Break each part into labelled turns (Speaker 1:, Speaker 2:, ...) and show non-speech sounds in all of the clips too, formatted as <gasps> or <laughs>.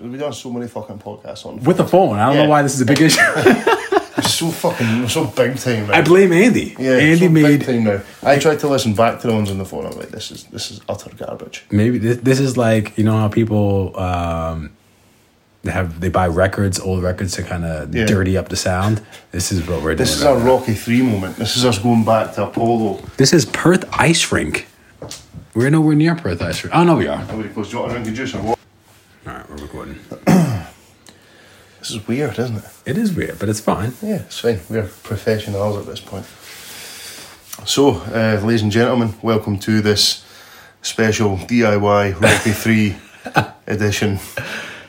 Speaker 1: We've done so many fucking podcasts on.
Speaker 2: With the phone. I don't
Speaker 1: Yeah.
Speaker 2: know why this is a big issue. <laughs>
Speaker 1: It's <laughs> so fucking so big time. Now.
Speaker 2: I blame Andy.
Speaker 1: yeah, it's
Speaker 2: Andy
Speaker 1: so big
Speaker 2: made
Speaker 1: time now. I tried to listen back to the ones on the phone. I'm like, this is this is utter garbage.
Speaker 2: maybe this, this is like you know how people um, they have they buy records, old records to kind of
Speaker 1: Yeah.
Speaker 2: dirty up the sound. This is what we're
Speaker 1: This is
Speaker 2: doing.
Speaker 1: our
Speaker 2: right now.
Speaker 1: Rocky Three moment. This is us going back to Apollo.
Speaker 2: this is Perth Ice Rink. We're nowhere near Perth Ice Rink. Oh no, we are. All
Speaker 1: Nobody goes, do you want a drink of juice or what?
Speaker 2: right, we're recording.
Speaker 1: This is weird, isn't it?
Speaker 2: It is weird, but it's fine.
Speaker 1: Yeah, it's fine. We're professionals at this point. So, uh, ladies and gentlemen, welcome to this special DIY Rocky 3 <laughs> edition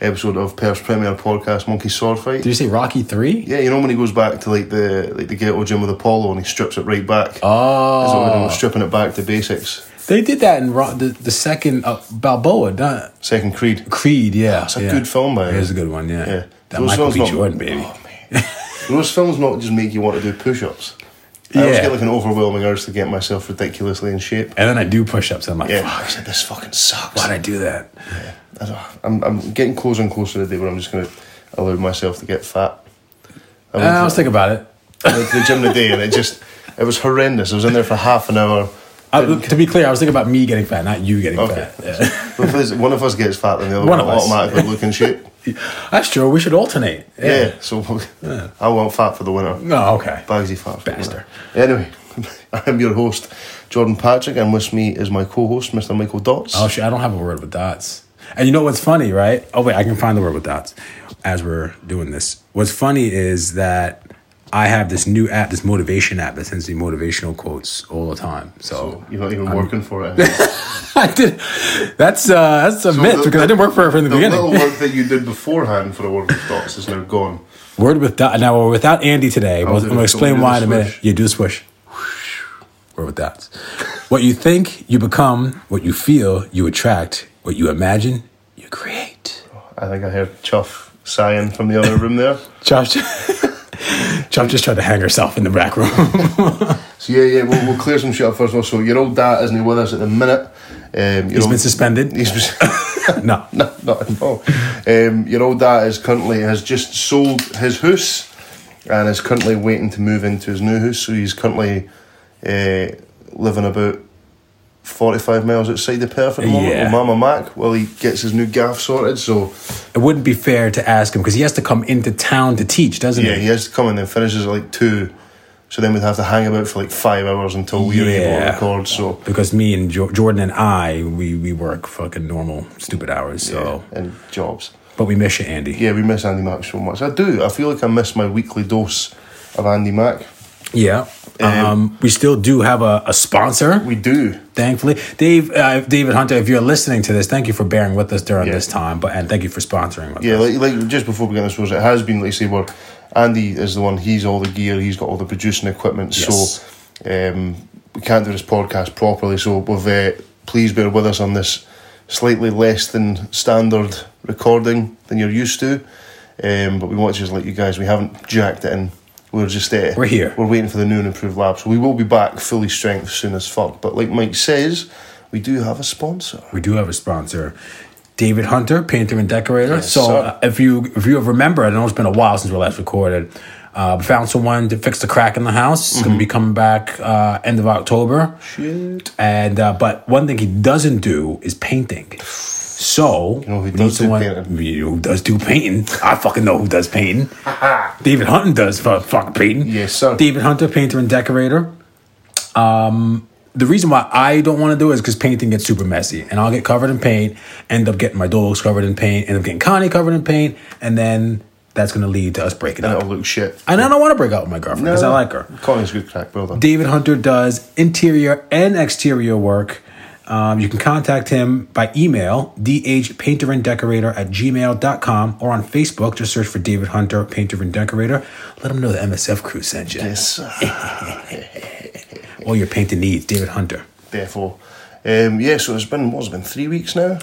Speaker 1: episode of Perth's Premier Podcast Monkey Sword Fight.
Speaker 2: Did you say Rocky Three?
Speaker 1: Yeah, you know when he goes back to like the like the ghetto gym with Apollo and he strips it right back. That's what we're doing,
Speaker 2: Oh,
Speaker 1: we're stripping it back to basics.
Speaker 2: they did that in Ro- the, the second uh, Balboa, not
Speaker 1: Second Creed.
Speaker 2: Creed. Yeah,
Speaker 1: It's a good film, by the
Speaker 2: It
Speaker 1: way.
Speaker 2: is a good one. Yeah,
Speaker 1: Yeah.
Speaker 2: that
Speaker 1: Those
Speaker 2: Michael
Speaker 1: films
Speaker 2: B.
Speaker 1: not-
Speaker 2: Jordan baby.
Speaker 1: Oh, man. Those films not just make you want to do push ups. I always
Speaker 2: Yeah.
Speaker 1: get like an overwhelming urge to get myself ridiculously in shape.
Speaker 2: And then I do push-ups. And I'm like,
Speaker 1: Yeah,
Speaker 2: fuck,
Speaker 1: I said this fucking sucks.
Speaker 2: why'd I do that?
Speaker 1: I don't- I'm, I'm getting closer and closer to the day where I'm just going to allow myself to get fat. I
Speaker 2: Uh, I was
Speaker 1: went, to,
Speaker 2: thinking about it.
Speaker 1: I went to the gym today and it just it was horrendous. I was in there for half an hour.
Speaker 2: I, to be clear, I was thinking about me getting fat, not you getting
Speaker 1: Okay.
Speaker 2: fat. Yeah.
Speaker 1: But if there's- one of us gets fat, then the other
Speaker 2: One
Speaker 1: one,
Speaker 2: of us.
Speaker 1: automatically
Speaker 2: <laughs>
Speaker 1: look in shape.
Speaker 2: That's true. We should alternate. Yeah.
Speaker 1: Yeah. so <laughs> I want fat for the winter.
Speaker 2: No, okay.
Speaker 1: Bagsy fat. for the
Speaker 2: Bastard.
Speaker 1: winner. Anyway, <laughs> I'm your host, Jordan Patrick, and with me is my co-host, Mr. Michael Dots.
Speaker 2: Oh shit! I don't have a word with dots. And you know what's funny, right? Oh wait, I can find the word with dots as we're doing this. What's funny is that I have this new app, this motivation app that sends me motivational quotes all the time. So,
Speaker 1: <laughs> You're not even working for it. the
Speaker 2: <laughs> I did. That's uh, that's a myth
Speaker 1: the-
Speaker 2: because I didn't work for it from the, beginning.
Speaker 1: little work that you
Speaker 2: <laughs>
Speaker 1: did beforehand for a word with Dots is now gone.
Speaker 2: Word with dot. Now we're without Andy today. but
Speaker 1: I'll
Speaker 2: I'm
Speaker 1: do
Speaker 2: gonna
Speaker 1: it.
Speaker 2: explain
Speaker 1: Don't do
Speaker 2: why in
Speaker 1: the
Speaker 2: a minute.
Speaker 1: swish.
Speaker 2: You do the swish. Word with dots. What you think, you become. What you feel, you attract. What you imagine, you create.
Speaker 1: I think I heard Chuff sighing from the other room there.
Speaker 2: Josh, <laughs> Josh just tried to hang herself in the
Speaker 1: <laughs>
Speaker 2: back room.
Speaker 1: So yeah, yeah, we'll, we'll clear some shit up first of all. So your old dad isn't with us at the minute. Um, your
Speaker 2: He's
Speaker 1: old, <laughs>
Speaker 2: been suspended. <laughs>
Speaker 1: he's been-
Speaker 2: No.
Speaker 1: <laughs> no, not at all. Um, your old dad is currently has just sold his house and is currently waiting to move into his new house. So he's currently uh, living about forty-five miles outside the Perth at the moment
Speaker 2: Yeah.
Speaker 1: with Mama Mac while he gets his new gaff sorted. So
Speaker 2: It wouldn't be fair to ask him because he has to come into town to teach, doesn't
Speaker 1: Yeah,
Speaker 2: he?
Speaker 1: he has to come in and finishes at like two. So then we'd have to hang about for like five hours until we were able to
Speaker 2: Yeah.
Speaker 1: record. So
Speaker 2: Because me and jo- Jordan and I, we, we work fucking normal, stupid hours. So,
Speaker 1: and jobs.
Speaker 2: but we miss you, Andy.
Speaker 1: Yeah, we miss Andy Mack so much. I do. I feel like I miss my weekly dose of Andy Mack.
Speaker 2: Yeah. Um, we still do have a, a sponsor,
Speaker 1: We do.
Speaker 2: thankfully. Dave, uh, David Hunter, if you're listening to this, thank you for bearing with us during
Speaker 1: Yeah.
Speaker 2: this time, but and thank you for sponsoring with
Speaker 1: Yeah,
Speaker 2: us.
Speaker 1: like, like just before we get into shows, it has been like you say where Andy is the one. He's all the gear. He's got all the producing equipment.
Speaker 2: Yes.
Speaker 1: So um, we can't do this podcast properly. So we've uh, please bear with us on this slightly less than standard recording than you're used to. Um, but we want to just let you guys. We haven't jacked it in. We're just uh,
Speaker 2: We're here.
Speaker 1: We're waiting for the new and improved lab. So we will be back fully strength soon as fuck. But like Mike says, we do have a sponsor.
Speaker 2: We do have a sponsor, David Hunter, painter and decorator. so
Speaker 1: sir.
Speaker 2: uh, if you if you remember, I know it's been a while since we last recorded. Uh, we found someone to fix the crack in the house. It's gonna be coming back uh, end of October.
Speaker 1: Mm-hmm. Shit.
Speaker 2: And uh, but one thing he doesn't do is painting. So
Speaker 1: know who
Speaker 2: we
Speaker 1: does
Speaker 2: need
Speaker 1: do
Speaker 2: someone-
Speaker 1: painting?
Speaker 2: You know who does do painting? I fucking know who does painting.
Speaker 1: <laughs>
Speaker 2: David Hunter does fu- fucking painting.
Speaker 1: Yes, sir.
Speaker 2: David Hunter, painter and decorator. Um, the reason why I don't want to do it is because painting gets super messy, and I'll get covered in paint, end up getting my dogs covered in paint, end up getting Connie covered in paint, and then that's going to lead to us breaking
Speaker 1: That'll
Speaker 2: up.
Speaker 1: look shit.
Speaker 2: And I don't want to break up with my girlfriend because I like her.
Speaker 1: Connie's a good crack, brother.
Speaker 2: David Hunter does interior and exterior work. Um, you can contact him by email, dhpainteranddecorator at gmail.com, or on Facebook. Just search for David Hunter, painter and decorator. Let him know the MSF crew sent you.
Speaker 1: Yes.
Speaker 2: All your painting needs, David Hunter.
Speaker 1: Therefore, um, yeah. So it's been what's it been three weeks now.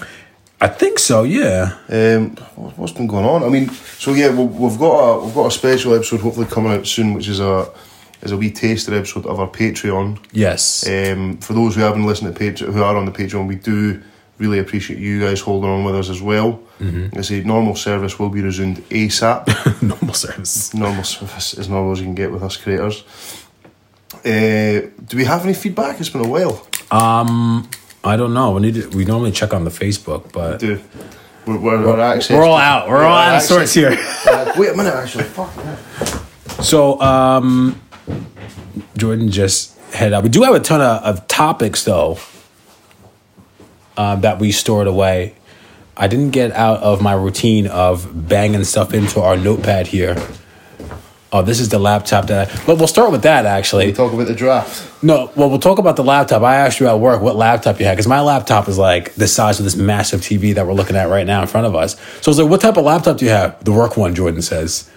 Speaker 2: I think so, yeah.
Speaker 1: Um, what- what's been going on? I mean, so yeah, we- we've got a we've got a special episode hopefully coming out soon, which is a is a wee taster episode of our Patreon.
Speaker 2: Yes.
Speaker 1: Um, for those who haven't listened to Patreon, who are on the Patreon, we do really appreciate you guys holding on with us as well. They say normal service will be resumed ASAP.
Speaker 2: <laughs> Normal service.
Speaker 1: normal service as normal as you can get with us creators. Uh, do we have any feedback? It's been a while.
Speaker 2: Um, I don't know. We need to, we normally check on the Facebook, but
Speaker 1: Do we're, we're, we're, access-
Speaker 2: we're all out. We're all
Speaker 1: Yeah,
Speaker 2: out of
Speaker 1: access-
Speaker 2: sorts here.
Speaker 1: Uh, wait a minute, actually. Fuck.
Speaker 2: So, um, Jordan just head out. We do have a ton of, of topics though um, that we stored away. I didn't get out of my routine of banging stuff into our notepad here. Oh, this is the laptop that. I, but we'll start with that actually.
Speaker 1: We talk about the draft.
Speaker 2: No, well, we'll talk about the laptop. I asked you at work what laptop you had because my laptop is like the size of this massive TV that we're looking at right now in front of us. So I was like, "What type of laptop do you have?" The work one, Jordan says.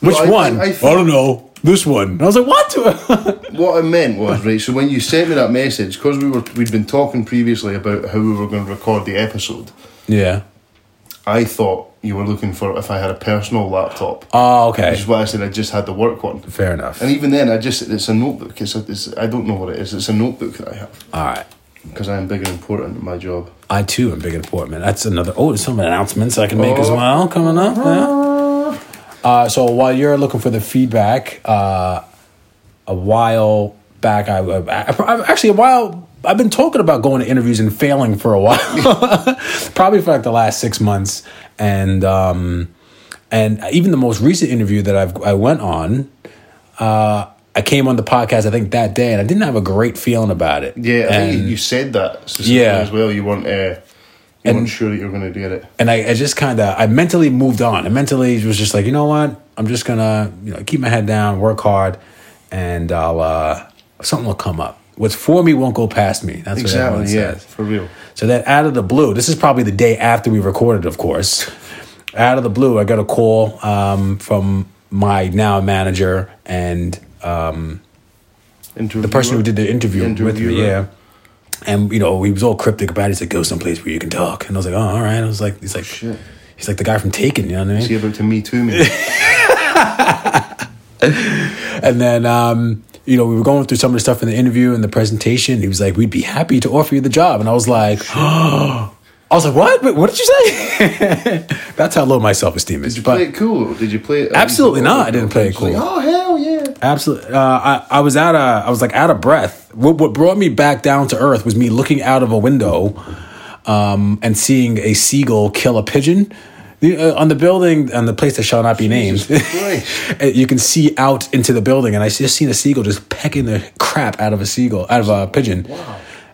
Speaker 2: Which
Speaker 1: I- I-
Speaker 2: one?
Speaker 1: I
Speaker 2: I,
Speaker 1: think-
Speaker 2: don't know. This one. And I was like, "What?" <laughs>
Speaker 1: What I meant was right. So when you sent me that message, because we were we'd been talking previously about how we were going to record the episode,
Speaker 2: yeah.
Speaker 1: I thought you were looking for if I had a personal laptop.
Speaker 2: Oh, okay.
Speaker 1: Which is why I said I just had the work one.
Speaker 2: Fair enough.
Speaker 1: And even then, I just it's a notebook. It's, a, it's I don't know what it is. It's a notebook that I have
Speaker 2: All right.
Speaker 1: because I am big and important in my job.
Speaker 2: I too am big in Portman. That's another. Oh, there's some announcements I can make as
Speaker 1: Oh.
Speaker 2: well coming up. Yeah. Uh, so while you're looking for the feedback, uh, a while back, I, I, I actually a while I've been talking about going to interviews and failing for a while, <laughs> probably for like the last six months, and um, and even the most recent interview that I've I went on. Uh, I came on the podcast, I think that day, and I didn't have a great feeling about it.
Speaker 1: Yeah, I
Speaker 2: and,
Speaker 1: think you- you said that specifically
Speaker 2: Yeah.
Speaker 1: as well. You weren't uh, you weren't sure that you were going to get it.
Speaker 2: and I, I just kind of I mentally moved on. I mentally was just like, you know what, I'm just gonna you know keep my head down, work hard, and I'll uh, something will come up. What's for me won't go past me. That's what
Speaker 1: Exactly.
Speaker 2: everyone
Speaker 1: Yeah,
Speaker 2: says.
Speaker 1: for real.
Speaker 2: So then, out of the blue, this is probably the day after we recorded, of course. Out of the blue, I got a call um, from my now manager and
Speaker 1: Interviewer.
Speaker 2: the person who did the interview with me,
Speaker 1: Interviewer.
Speaker 2: yeah. And you know, he was all cryptic about it. He's like, "Go someplace where you can talk." And I was like, "Oh, all right." I was like, "He's like,
Speaker 1: Shit.
Speaker 2: he's like the guy from Taken." You know what I mean?
Speaker 1: See about to me too me.
Speaker 2: And then, um, you know, we were going through some of the stuff in the interview and the presentation. He was like, "We'd be happy to offer you the job," and I was like, <gasps> "Oh." I was like, "What? Wait, what did you say?" <laughs> That's how low my self esteem is.
Speaker 1: Did you
Speaker 2: <laughs> but
Speaker 1: play it cool? Did you play it?
Speaker 2: Absolutely not, I didn't play it
Speaker 1: Just like,
Speaker 2: cool.
Speaker 1: oh hell yeah!
Speaker 2: Absolutely. Uh, I, I was out of, I was like out of breath. What, what brought me back down to earth was me looking out of a window um, and seeing a seagull kill a pigeon. The, uh, on the building, on the place that shall not be named,
Speaker 1: Christ.
Speaker 2: <laughs> uh, you can see out into the building, and I just seen a seagull just pecking the crap out of a seagull, out of a pigeon,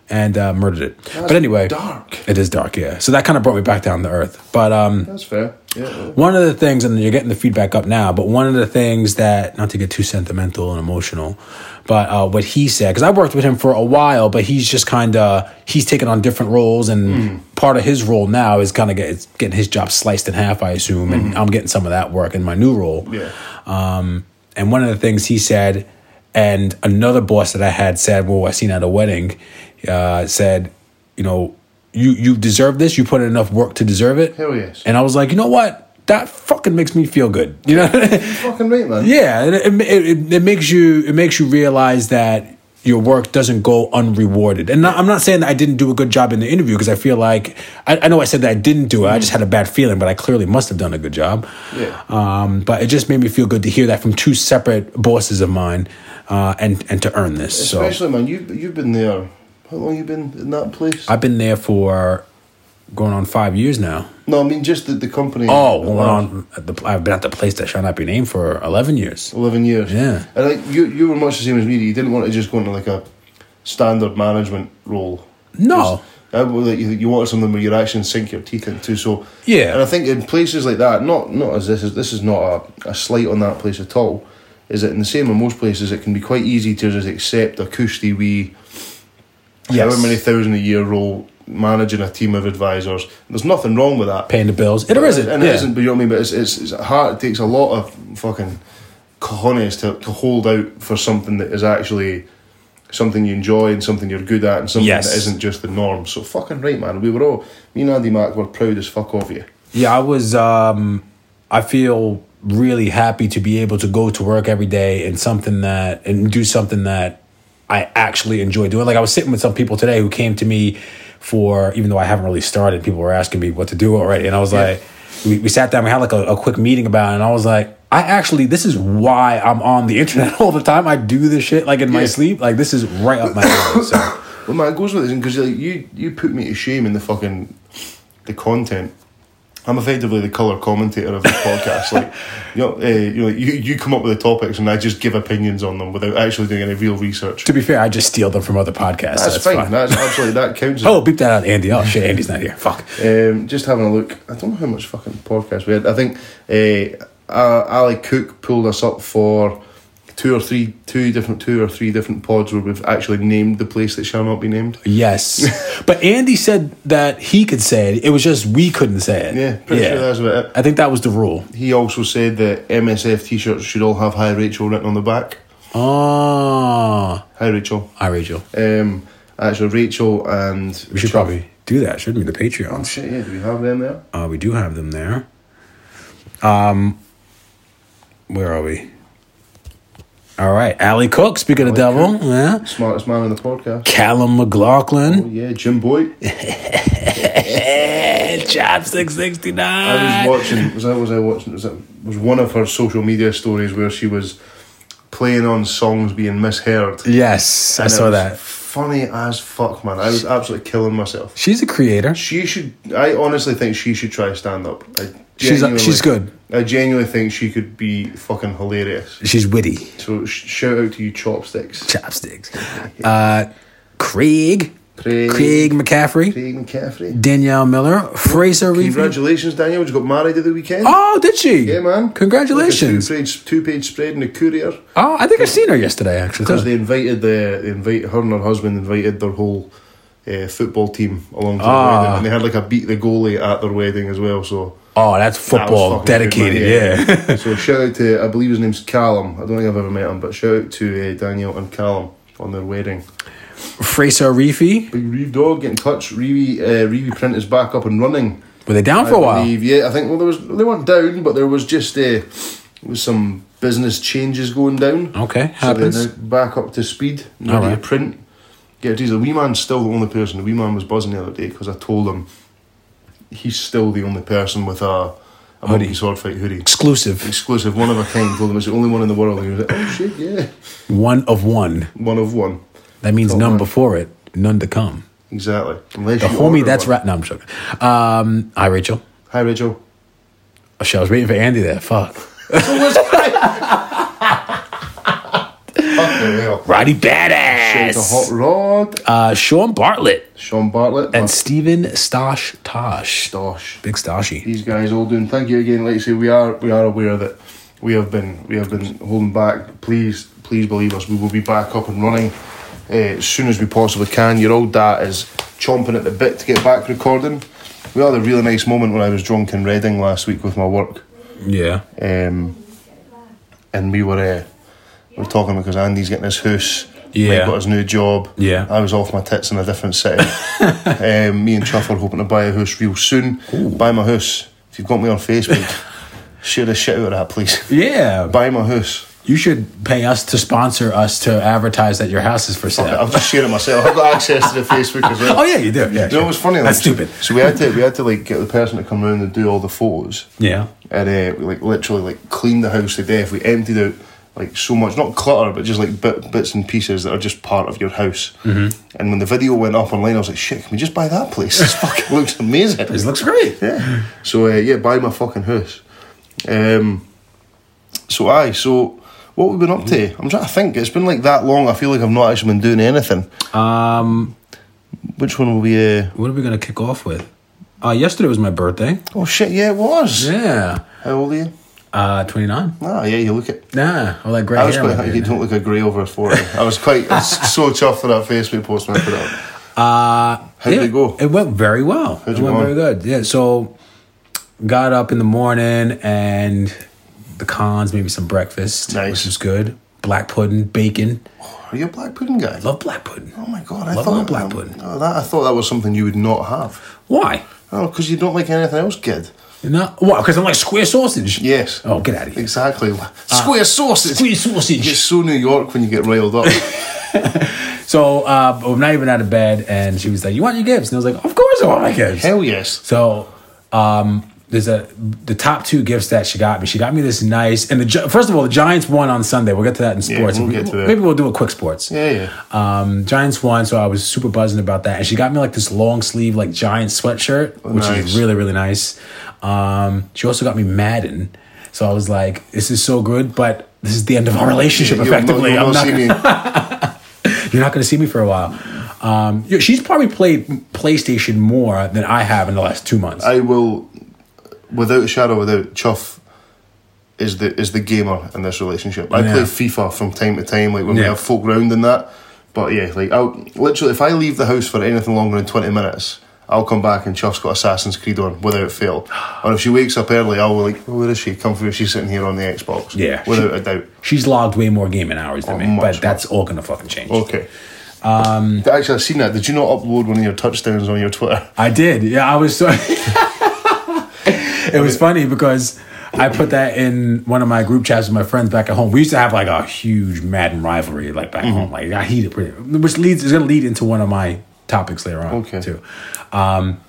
Speaker 2: and uh, murdered it. but anyway,
Speaker 1: dark.
Speaker 2: It is dark, yeah. So that kind of brought me back down to earth. But um,
Speaker 1: That's fair. Yeah.
Speaker 2: one of the things, and you're getting the feedback up now, but one of the things that, not to get too sentimental and emotional, but uh, what he said, because I worked with him for a while, but he's just kind of, he's taken on different roles, and part of his role now is kind of get, it's getting his job sliced in half, I assume, and I'm getting some of that work in my new role.
Speaker 1: Yeah.
Speaker 2: Um, and one of the things he said, and another boss that I had said, well, I seen at a wedding, uh, said, you know, you you deserve this. You put in enough work to deserve it.
Speaker 1: Hell yes.
Speaker 2: And I was like, you know what? That fucking makes me feel good. You know. <laughs>
Speaker 1: Fucking right, man.
Speaker 2: Yeah, and it, it, it, it makes you it makes you realize that your work doesn't go unrewarded. And not, I'm not saying that I didn't do a good job in the interview because I feel like I, I know I said that I didn't do it. I just had a bad feeling, but I clearly must have done a good job.
Speaker 1: Yeah.
Speaker 2: Um, but it just made me feel good to hear that from two separate bosses of mine, uh, and and to earn this. so
Speaker 1: Especially man, you you've been there. How long you been in that place?
Speaker 2: I've been there for going on five years now.
Speaker 1: no, I mean just the, the company.
Speaker 2: Oh, going on at the, I've been at the place that shall not be named for eleven years.
Speaker 1: Eleven years.
Speaker 2: Yeah.
Speaker 1: And like you you were much the same as me. You didn't want to just go into like a standard management role.
Speaker 2: No.
Speaker 1: Just- I would like you, you wanted something where you actually sink your teeth into. So
Speaker 2: Yeah.
Speaker 1: and I think in places like that, not not as this is this is not a, a slight on that place at all. Is that in the same in most places it can be quite easy to just accept a cushy wee however many thousand a year role managing a team of advisors. There's nothing wrong with that.
Speaker 2: paying the bills. It isn't.
Speaker 1: And
Speaker 2: yeah.
Speaker 1: it isn't, but you know what I mean? But it's, it's, it's hard. It takes a lot of fucking cojones to, to hold out for something that is actually something you enjoy and something you're good at and something
Speaker 2: Yes.
Speaker 1: that isn't just the norm. So fucking right, man. We were all, me and Andy Mack were proud as fuck of you.
Speaker 2: Yeah, I was. Um, I feel really happy to be able to go to work every day and something that and do something that I actually enjoy doing. Like I was sitting with some people today who came to me for even though I haven't really started. People were asking me what to do already, and I was like, we, we sat down, we had like a, a quick meeting about it, and I was like, I actually this is why I'm on the internet <laughs> all the time. I do this shit like in my
Speaker 1: Yeah.
Speaker 2: sleep. Like this is right up my
Speaker 1: <laughs>
Speaker 2: alley. So
Speaker 1: Well, man, it goes with it because like, you you put me to shame in the fucking the content. I'm effectively the color commentator
Speaker 2: <laughs>
Speaker 1: of the podcast. Like, you know, uh, you, know you, you come up with the topics and I just give opinions on them without actually doing any real research.
Speaker 2: to be fair, I just steal them from other podcasts. so
Speaker 1: That's,
Speaker 2: that's
Speaker 1: fine.
Speaker 2: fine.
Speaker 1: That's absolutely that counts.
Speaker 2: <laughs>
Speaker 1: as-
Speaker 2: Oh, beep that out, Andy. Oh shit, Andy's not here. Fuck.
Speaker 1: Um, just having a look. I don't know how much fucking podcast we had. I think uh, uh, Ali Cook pulled us up for two or three, two different, two or three different pods where we've actually named the place that shall not be named. <laughs>
Speaker 2: Yes, but Andy said that he could say it. It was just we couldn't say it.
Speaker 1: Yeah, pretty sure that's about it.
Speaker 2: I think that was the rule.
Speaker 1: He also said that MSF T-shirts should all have "Hi Rachel" written on the back.
Speaker 2: Oh,
Speaker 1: Hi Rachel.
Speaker 2: hi Rachel.
Speaker 1: Um, actually, Rachel and
Speaker 2: We should probably do that, shouldn't we? The Patreons.
Speaker 1: shit. Yeah, do we have them there?
Speaker 2: Uh, we do have them there. Um, where are we? All right, Allie Cook. Speaking of
Speaker 1: Oh,
Speaker 2: devil, yeah.
Speaker 1: Smartest man in the podcast.
Speaker 2: Callum
Speaker 1: Oh
Speaker 2: McLaughlin,
Speaker 1: yeah, Jim Boy.
Speaker 2: Chop six sixty
Speaker 1: I was
Speaker 2: nine.
Speaker 1: watching. Was I? Was I watching? Was, that, was one of her social media stories where she was playing on songs being misheard.
Speaker 2: Yes, I
Speaker 1: And it
Speaker 2: saw
Speaker 1: was
Speaker 2: that.
Speaker 1: Funny as fuck, man. I was absolutely killing myself.
Speaker 2: She's a creator.
Speaker 1: She should. I honestly think she should try stand up. I
Speaker 2: She's
Speaker 1: genuinely-
Speaker 2: she's good.
Speaker 1: I genuinely think she could be fucking hilarious.
Speaker 2: She's witty.
Speaker 1: So sh- shout out to you, chopsticks.
Speaker 2: Chopsticks. Uh, Craig.
Speaker 1: Craig.
Speaker 2: Craig McCaffrey.
Speaker 1: Craig McCaffrey.
Speaker 2: Danielle Miller. Fraser Reeve.
Speaker 1: Congratulations, Daniel. Just got married at the weekend.
Speaker 2: Oh, did she?
Speaker 1: Yeah, man.
Speaker 2: Congratulations.
Speaker 1: Like a two-page, two-page spread in the courier.
Speaker 2: Oh, I think I seen her yesterday,
Speaker 1: because
Speaker 2: actually.
Speaker 1: they invited the they invite her and her husband invited their whole uh, football team along to
Speaker 2: Ah.
Speaker 1: the wedding, and they had like a beat the goalie at their wedding as well. So
Speaker 2: Oh, that's
Speaker 1: that was
Speaker 2: football
Speaker 1: fucking
Speaker 2: dedicated,
Speaker 1: good, man.
Speaker 2: yeah. <laughs>
Speaker 1: so shout out to I believe his name's Callum. I don't think I've ever met him, but shout out to uh, Daniel and Callum on their wedding.
Speaker 2: <laughs> Fraser Reefy.
Speaker 1: Big Reeve dog, get in touch. Reeve uh, Reeve print is back up and running.
Speaker 2: Were they down for a
Speaker 1: I
Speaker 2: while?
Speaker 1: believe. Yeah, I think well there was they weren't down, but there was just uh, there was some business changes going down.
Speaker 2: Okay,
Speaker 1: So they're
Speaker 2: happens.
Speaker 1: now back up to speed,
Speaker 2: All
Speaker 1: ready
Speaker 2: right.
Speaker 1: to print. Yeah, geez, the wee man's still the only person. The wee man was buzzing the other day because I told him he's still the only person with a, a monkey sword fight hoodie.
Speaker 2: Exclusive.
Speaker 1: Exclusive, one of a kind. Told him it's the only one in the world. And he was like, oh shit, yeah.
Speaker 2: One of one.
Speaker 1: One of one.
Speaker 2: That means
Speaker 1: Top
Speaker 2: none
Speaker 1: one.
Speaker 2: before it, none to come.
Speaker 1: Exactly. Unless
Speaker 2: The
Speaker 1: you
Speaker 2: homie
Speaker 1: order
Speaker 2: that's
Speaker 1: one.
Speaker 2: right. No, I'm joking. Um, hi, Rachel.
Speaker 1: Hi, Rachel.
Speaker 2: Oh, shit, I was waiting for Andy there. Fuck.
Speaker 1: Fucking hell.
Speaker 2: Roddy
Speaker 1: It's a hot
Speaker 2: Badass.
Speaker 1: rod.
Speaker 2: Uh, Sean Bartlett
Speaker 1: Sean Bartlett.
Speaker 2: and Stephen Stosh Tosh.
Speaker 1: Stosh.
Speaker 2: Big Stoshy.
Speaker 1: these guys all doing. Thank you again. Like I say, we are we are aware that we have been we have been holding back. Please please believe us. We will be back up and running uh, as soon as we possibly can. Your old dad is chomping at the bit to get back recording. We had a really nice moment when I was drunk in Reading last week with my work,
Speaker 2: Yeah.
Speaker 1: um, and we were uh, we were talking because Andy's getting his house. Mike
Speaker 2: Yeah.
Speaker 1: got his new job.
Speaker 2: Yeah.
Speaker 1: I was off my tits in a different
Speaker 2: <laughs>
Speaker 1: city. um, me and Chuff are hoping to buy a house real soon. Buy my house. If you've got me on
Speaker 2: <laughs>
Speaker 1: Facebook, share the shit out of that, please.
Speaker 2: Yeah.
Speaker 1: buy my house.
Speaker 2: You should pay us to sponsor us to advertise that your house is for sale.
Speaker 1: I'll just share it myself. I've got access to the Facebook as well.
Speaker 2: Oh yeah, you do. Yeah.
Speaker 1: You know
Speaker 2: sure.
Speaker 1: what's funny?
Speaker 2: That's
Speaker 1: like,
Speaker 2: stupid.
Speaker 1: So we had to we had to like get the person to come round and do all the photos.
Speaker 2: Yeah.
Speaker 1: and uh, we like literally like cleaned the house to death. We emptied out like so much, not clutter, but just like bit, bits and pieces that are just part of your house. Mm-hmm. And when the video went up online, I was like, "Shit, can we just buy that place? This fucking <laughs> looks amazing."
Speaker 2: This looks great.
Speaker 1: Yeah. So uh, yeah, buy my fucking house. Um, so aye, so what we've been up to? I'm trying to think. It's been like that long. I feel like I've not actually been doing anything.
Speaker 2: Um,
Speaker 1: Which one will we? Uh...
Speaker 2: what are we gonna kick off with? Uh, yesterday was my birthday.
Speaker 1: Oh shit! Yeah, it was.
Speaker 2: Yeah.
Speaker 1: How old are you?
Speaker 2: Uh, twenty nine.
Speaker 1: Ah, yeah, you look it.
Speaker 2: Nah, all that gray
Speaker 1: I was
Speaker 2: hair.
Speaker 1: quite
Speaker 2: on my
Speaker 1: happy you
Speaker 2: beard.
Speaker 1: don't look a grey over 40.
Speaker 2: <laughs>
Speaker 1: I was quite I was so chuffed for that Facebook post when I put it up.
Speaker 2: Uh,
Speaker 1: How'd
Speaker 2: yeah,
Speaker 1: it go?
Speaker 2: It went very well. it
Speaker 1: you
Speaker 2: went
Speaker 1: go?
Speaker 2: very good. Yeah. So, got up in the morning and the cons, maybe some breakfast,
Speaker 1: Nice.
Speaker 2: which was good. Black pudding, bacon.
Speaker 1: Are you a black pudding guy?
Speaker 2: Love black pudding.
Speaker 1: Oh my god, I
Speaker 2: Love my
Speaker 1: thought
Speaker 2: black
Speaker 1: um,
Speaker 2: pudding.
Speaker 1: Oh, that I thought that was something you would not have.
Speaker 2: Why?
Speaker 1: Oh, because you don't like anything else, kid.
Speaker 2: No, what? Because I'm like square sausage.
Speaker 1: Yes.
Speaker 2: Oh, get out of here.
Speaker 1: Exactly. Square sausage.
Speaker 2: Square
Speaker 1: It's
Speaker 2: sausage. <laughs>
Speaker 1: so New York when you get riled up.
Speaker 2: So uh, I'm not even out of bed, and she was like, "You want your gifts?" And I was like, "Of course I want my gifts."
Speaker 1: Hell yes.
Speaker 2: So um, there's a the top two gifts that she got me. She got me this nice and the Gi- first of all the Giants won on Sunday. We'll get to that in sports.
Speaker 1: we'll get to that.
Speaker 2: Maybe we'll do a quick sports.
Speaker 1: Yeah, yeah.
Speaker 2: Um, Giants won, so I was super buzzing about that. And she got me like this long sleeve like Giants sweatshirt, which
Speaker 1: Oh, nice.
Speaker 2: is really really nice. Um, she also got me Madden, so I was like, this is so good, but this is the end of our relationship.
Speaker 1: You'll mo-
Speaker 2: effectively,
Speaker 1: you'll
Speaker 2: I'm
Speaker 1: mo-
Speaker 2: not
Speaker 1: see
Speaker 2: gonna-
Speaker 1: me.
Speaker 2: you're not going to see me for a while. Um, yeah, she's probably played PlayStation more than I have in the last two months.
Speaker 1: I will, without a shadow, of a doubt, Chuff is the is the gamer in this relationship. I play
Speaker 2: Yeah.
Speaker 1: FIFA from time to time, like when we
Speaker 2: Yeah.
Speaker 1: have folk round and that. But yeah, like I'll literally if I leave the house for anything longer than twenty minutes, I'll come back and Chuff's got Assassin's Creed on without fail. Or if she wakes up early, I'll be like, where is she? Come through. She's sitting here on the Xbox.
Speaker 2: Yeah,
Speaker 1: without a doubt.
Speaker 2: She's logged way more gaming hours than me,
Speaker 1: Oh, much
Speaker 2: but
Speaker 1: more. Oh.
Speaker 2: that's all gonna fucking change.
Speaker 1: Okay. Um, Actually, I've seen that. Did you not upload one of your touchdowns on your Twitter?
Speaker 2: I did. Yeah, I was. So <laughs> it was funny because I put that in one of my group chats with my friends back at home. We used to have like a huge Madden rivalry, like back
Speaker 1: Mm-hmm.
Speaker 2: home. Like I heated pretty, which leads is gonna lead into one of my topics later on
Speaker 1: Okay.
Speaker 2: too. Um,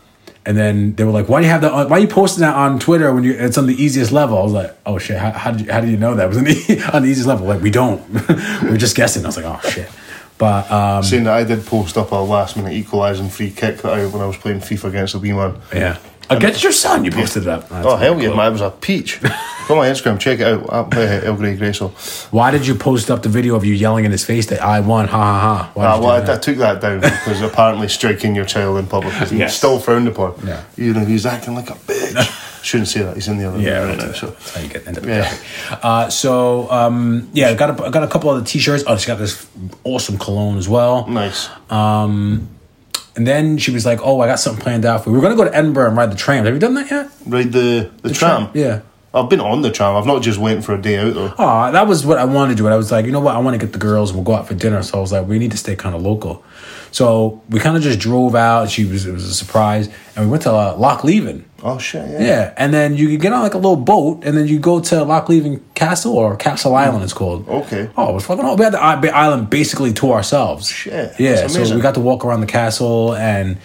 Speaker 2: and then they were like, "Why do you have that? On, why are you posting that on Twitter when you it's on the easiest level?" I was like, "Oh shit! How, how did you, how do you know that was on the, <laughs> on the easiest level?" Like we don't. <laughs> we are just guessing. I was like, "Oh shit!" But um,
Speaker 1: Saying that I did post up a last minute equalising free kick that I when I was playing FIFA against the B man.
Speaker 2: yeah, against your son, you posted it up. That's
Speaker 1: Oh hell
Speaker 2: cool.
Speaker 1: yeah, man! It was a
Speaker 2: <laughs>
Speaker 1: peach. Go on my Instagram, check it out. At uh, El Grey Grayson.
Speaker 2: Why did you post up the video of you yelling in his face that I won? Ha ha ha. Why did
Speaker 1: Uh,
Speaker 2: you
Speaker 1: well,
Speaker 2: do
Speaker 1: I, I
Speaker 2: that?
Speaker 1: took that down because apparently striking your child in public is
Speaker 2: Yes.
Speaker 1: still frowned upon.
Speaker 2: Yeah.
Speaker 1: You know he's acting like a
Speaker 2: <laughs>
Speaker 1: bitch. Shouldn't say that. He's in the other
Speaker 2: yeah,
Speaker 1: room right
Speaker 2: that's,
Speaker 1: now. So
Speaker 2: that's how you get into the
Speaker 1: Yeah.
Speaker 2: topic. Uh, so, um, yeah, I got a, I got a couple of the t-shirts. Oh, she got this awesome cologne as well.
Speaker 1: nice.
Speaker 2: And then she was like, "Oh, I got something planned out for you. We're gonna go to Edinburgh and ride the tram. Have you done that yet?
Speaker 1: Ride the the, tram.
Speaker 2: Yeah.
Speaker 1: I've been on the tram. I've not just went for a day out though.
Speaker 2: Oh, that was what I wanted to do. And I was like, you know what? I want to get the girls and we'll go out for dinner. So I was like, we need to stay kind of local. So we kind of just drove out. She was it was a surprise, and we went to uh, Loch Leven.
Speaker 1: Oh shit. Yeah.
Speaker 2: Yeah, and then you could get on like a little boat, and then you go to Lochleven Castle or Castle Island, it's called.
Speaker 1: Hmm. Okay.
Speaker 2: Oh, it was fucking. We had the i- island basically to ourselves.
Speaker 1: Shit,
Speaker 2: Yeah,
Speaker 1: that's
Speaker 2: so
Speaker 1: amazing.
Speaker 2: we got to walk around the castle, and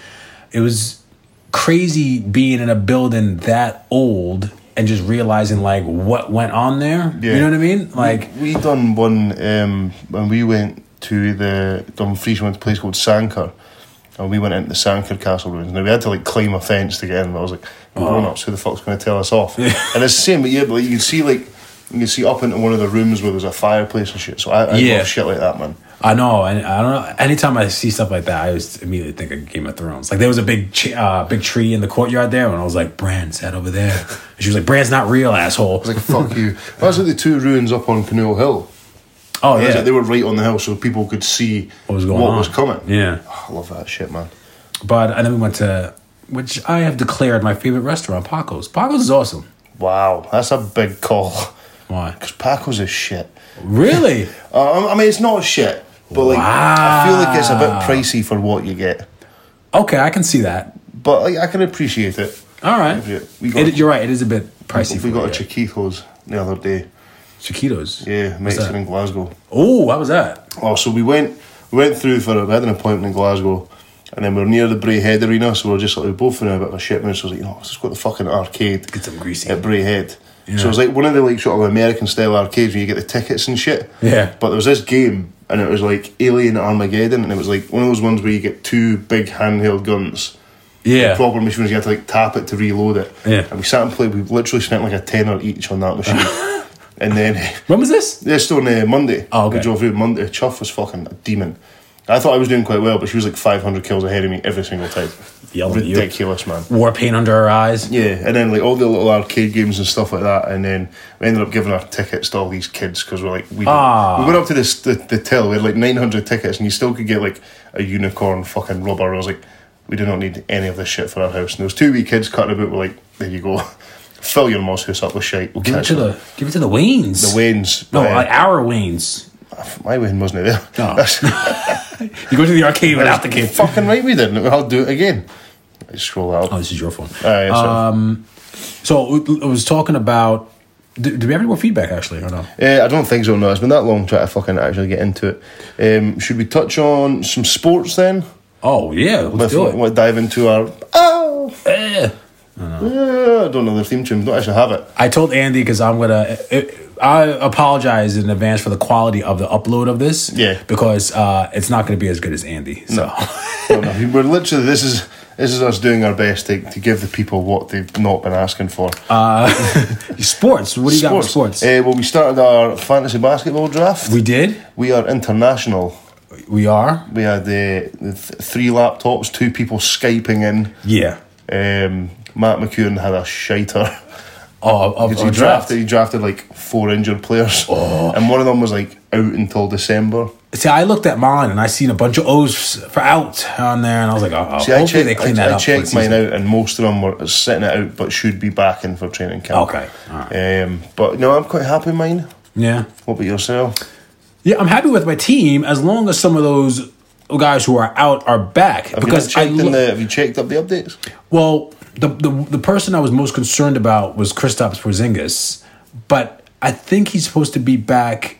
Speaker 2: it was crazy being in a building that old and just realizing like what went on there.
Speaker 1: Yeah.
Speaker 2: You know what I mean? Like,
Speaker 1: We done one um, when we went to the Dumfries. We went to a place called Sanker, and we went into the Sanker Castle ruins. Now we had to like climb a fence to get in. And I was like,
Speaker 2: Oh.
Speaker 1: "We're grown ups, who the fuck's going to tell us off?" and it's the same, but yeah, but like, you can see like you can see up into one of the rooms where there's a fireplace and shit. So I, I
Speaker 2: Yeah.
Speaker 1: love shit like that,
Speaker 2: <laughs>
Speaker 1: man.
Speaker 2: I know, and I don't know. Anytime I see stuff like that, I always immediately think of Game of Thrones. Like there was a big, ch- uh, big tree in the courtyard there, and I was like, "Bran sat over there." And she was like, "Bran's not real, asshole."
Speaker 1: I was like, "Fuck you." That was like the two ruins up on Canoe Hill.
Speaker 2: oh
Speaker 1: It was
Speaker 2: yeah,
Speaker 1: like they were right on the hill, so people could see
Speaker 2: what was going on?
Speaker 1: was coming.
Speaker 2: Yeah,
Speaker 1: Oh, <sighs> I love that shit, man.
Speaker 2: but and then we went to, which I have declared my favorite restaurant, Paco's. Paco's is awesome.
Speaker 1: Wow, that's a big call.
Speaker 2: Why?
Speaker 1: Because Paco's is shit. <laughs>
Speaker 2: Really?
Speaker 1: Uh, I mean, it's not shit, but like I feel like it's a bit
Speaker 2: Wow.
Speaker 1: pricey for what you get.
Speaker 2: okay, I can see that.
Speaker 1: But like, I can appreciate it.
Speaker 2: All right,
Speaker 1: Yeah, we got-
Speaker 2: It- you're right. It is a bit pricey.
Speaker 1: we
Speaker 2: for
Speaker 1: got a
Speaker 2: it, yeah.
Speaker 1: Chiquitos the other day.
Speaker 2: Chiquitos.
Speaker 1: Yeah, Mexican
Speaker 2: that?
Speaker 1: in Glasgow.
Speaker 2: Oh, how was that?
Speaker 1: Oh, so we went we went through for a, we had an appointment in Glasgow, and then we are near the Bray Head Arena, so we are just like we were both in a bit of a shit mood. So I was like, you know, let's just go to the fucking arcade.
Speaker 2: Get some greasy.
Speaker 1: at Bray Head.
Speaker 2: Yeah.
Speaker 1: So it was like one of the like sort of American style arcades where you get the tickets and shit.
Speaker 2: Yeah.
Speaker 1: But there was this game and it was like Alien Armageddon and it was like one of those ones where you get two big handheld guns.
Speaker 2: Yeah.
Speaker 1: Proper machines you had to like tap it to reload it.
Speaker 2: Yeah.
Speaker 1: And we sat and played. We literally spent like a tenner each on that
Speaker 2: <laughs>
Speaker 1: machine. and then <laughs>
Speaker 2: When was this?
Speaker 1: this on uh, Monday.
Speaker 2: Oh, okay.
Speaker 1: We drove through Monday. Chuff was fucking a demon. I thought I was doing quite well, but she was like 500 kills ahead of me every single time.
Speaker 2: Yelling at you.
Speaker 1: Ridiculous, man.
Speaker 2: War paint under her eyes.
Speaker 1: Yeah, and then like all the little arcade games and stuff like that, and then we ended up giving our tickets to all these kids because we're like we
Speaker 2: Ah.
Speaker 1: we went up to this the, the till we had like nine hundred tickets, and you still could get like a unicorn fucking rubber. I was like, we do not need any of this shit for our house. And those two wee kids cutting about were like, there you go, <laughs> fill your mom's house up with shit. We'll
Speaker 2: Give it
Speaker 1: catch
Speaker 2: to
Speaker 1: you."
Speaker 2: the give it to the Waynes.
Speaker 1: the Wayne's.
Speaker 2: No,
Speaker 1: uh,
Speaker 2: like our Waynes.
Speaker 1: my Wayne wasn't there.
Speaker 2: <laughs> No.
Speaker 1: That's-
Speaker 2: You go to the arcade without
Speaker 1: <laughs>
Speaker 2: the kid.
Speaker 1: fucking right, we didn't. I'll do it again. I scroll out.
Speaker 2: Oh, this is your phone.
Speaker 1: All right, so-
Speaker 2: So I was talking about Do, do we have any more feedback actually or no?
Speaker 1: Uh, I don't think so. No, it's been that long trying to fucking actually get into it. Um, should we touch on some sports then?
Speaker 2: Oh yeah, let's do
Speaker 1: Let's
Speaker 2: it.
Speaker 1: dive into our. Oh,
Speaker 2: Eh.
Speaker 1: yeah, I don't know the theme tune. Don't actually have it.
Speaker 2: I told Andy because I'm gonna. I apologize in advance for the quality of the upload of this.
Speaker 1: Yeah.
Speaker 2: Because uh, it's not gonna be as good as Andy. So. <laughs>
Speaker 1: No, no, <laughs> We're literally this is this is us doing our best to, to give the people what they've not been asking for.
Speaker 2: Uh, <laughs> sports. What do you got with sports?
Speaker 1: Uh, well, we started our fantasy basketball draft.
Speaker 2: we did.
Speaker 1: we are international.
Speaker 2: We are.
Speaker 1: We had uh, the, the th- three laptops, two people skyping in.
Speaker 2: Yeah.
Speaker 1: Um, Matt McCune had a shiter.
Speaker 2: Oh, of,
Speaker 1: He
Speaker 2: of draft. Oh.
Speaker 1: drafted. He drafted like four injured
Speaker 2: <laughs>
Speaker 1: players, and one of them was like out until December.
Speaker 2: See, I looked at mine and I seen a bunch of O's for out on there, and I was like, oh, oh.
Speaker 1: See,
Speaker 2: hopefully
Speaker 1: I checked,
Speaker 2: they
Speaker 1: I,
Speaker 2: clean that
Speaker 1: I
Speaker 2: up. for
Speaker 1: checked
Speaker 2: the
Speaker 1: mine
Speaker 2: season.
Speaker 1: out, and most of them were sitting it out, but should be back in for training camp.
Speaker 2: Okay, alright.
Speaker 1: Um, but no, I'm quite happy with mine.
Speaker 2: Yeah.
Speaker 1: What about yourself?
Speaker 2: Yeah, I'm happy with my team as long as some of those guys who are out are back
Speaker 1: Have you
Speaker 2: because
Speaker 1: not
Speaker 2: I
Speaker 1: checked in
Speaker 2: lo-
Speaker 1: the, have you checked up the updates?
Speaker 2: well the, the the person I was most concerned about was Kristaps Porzingis, but I think he's supposed to be back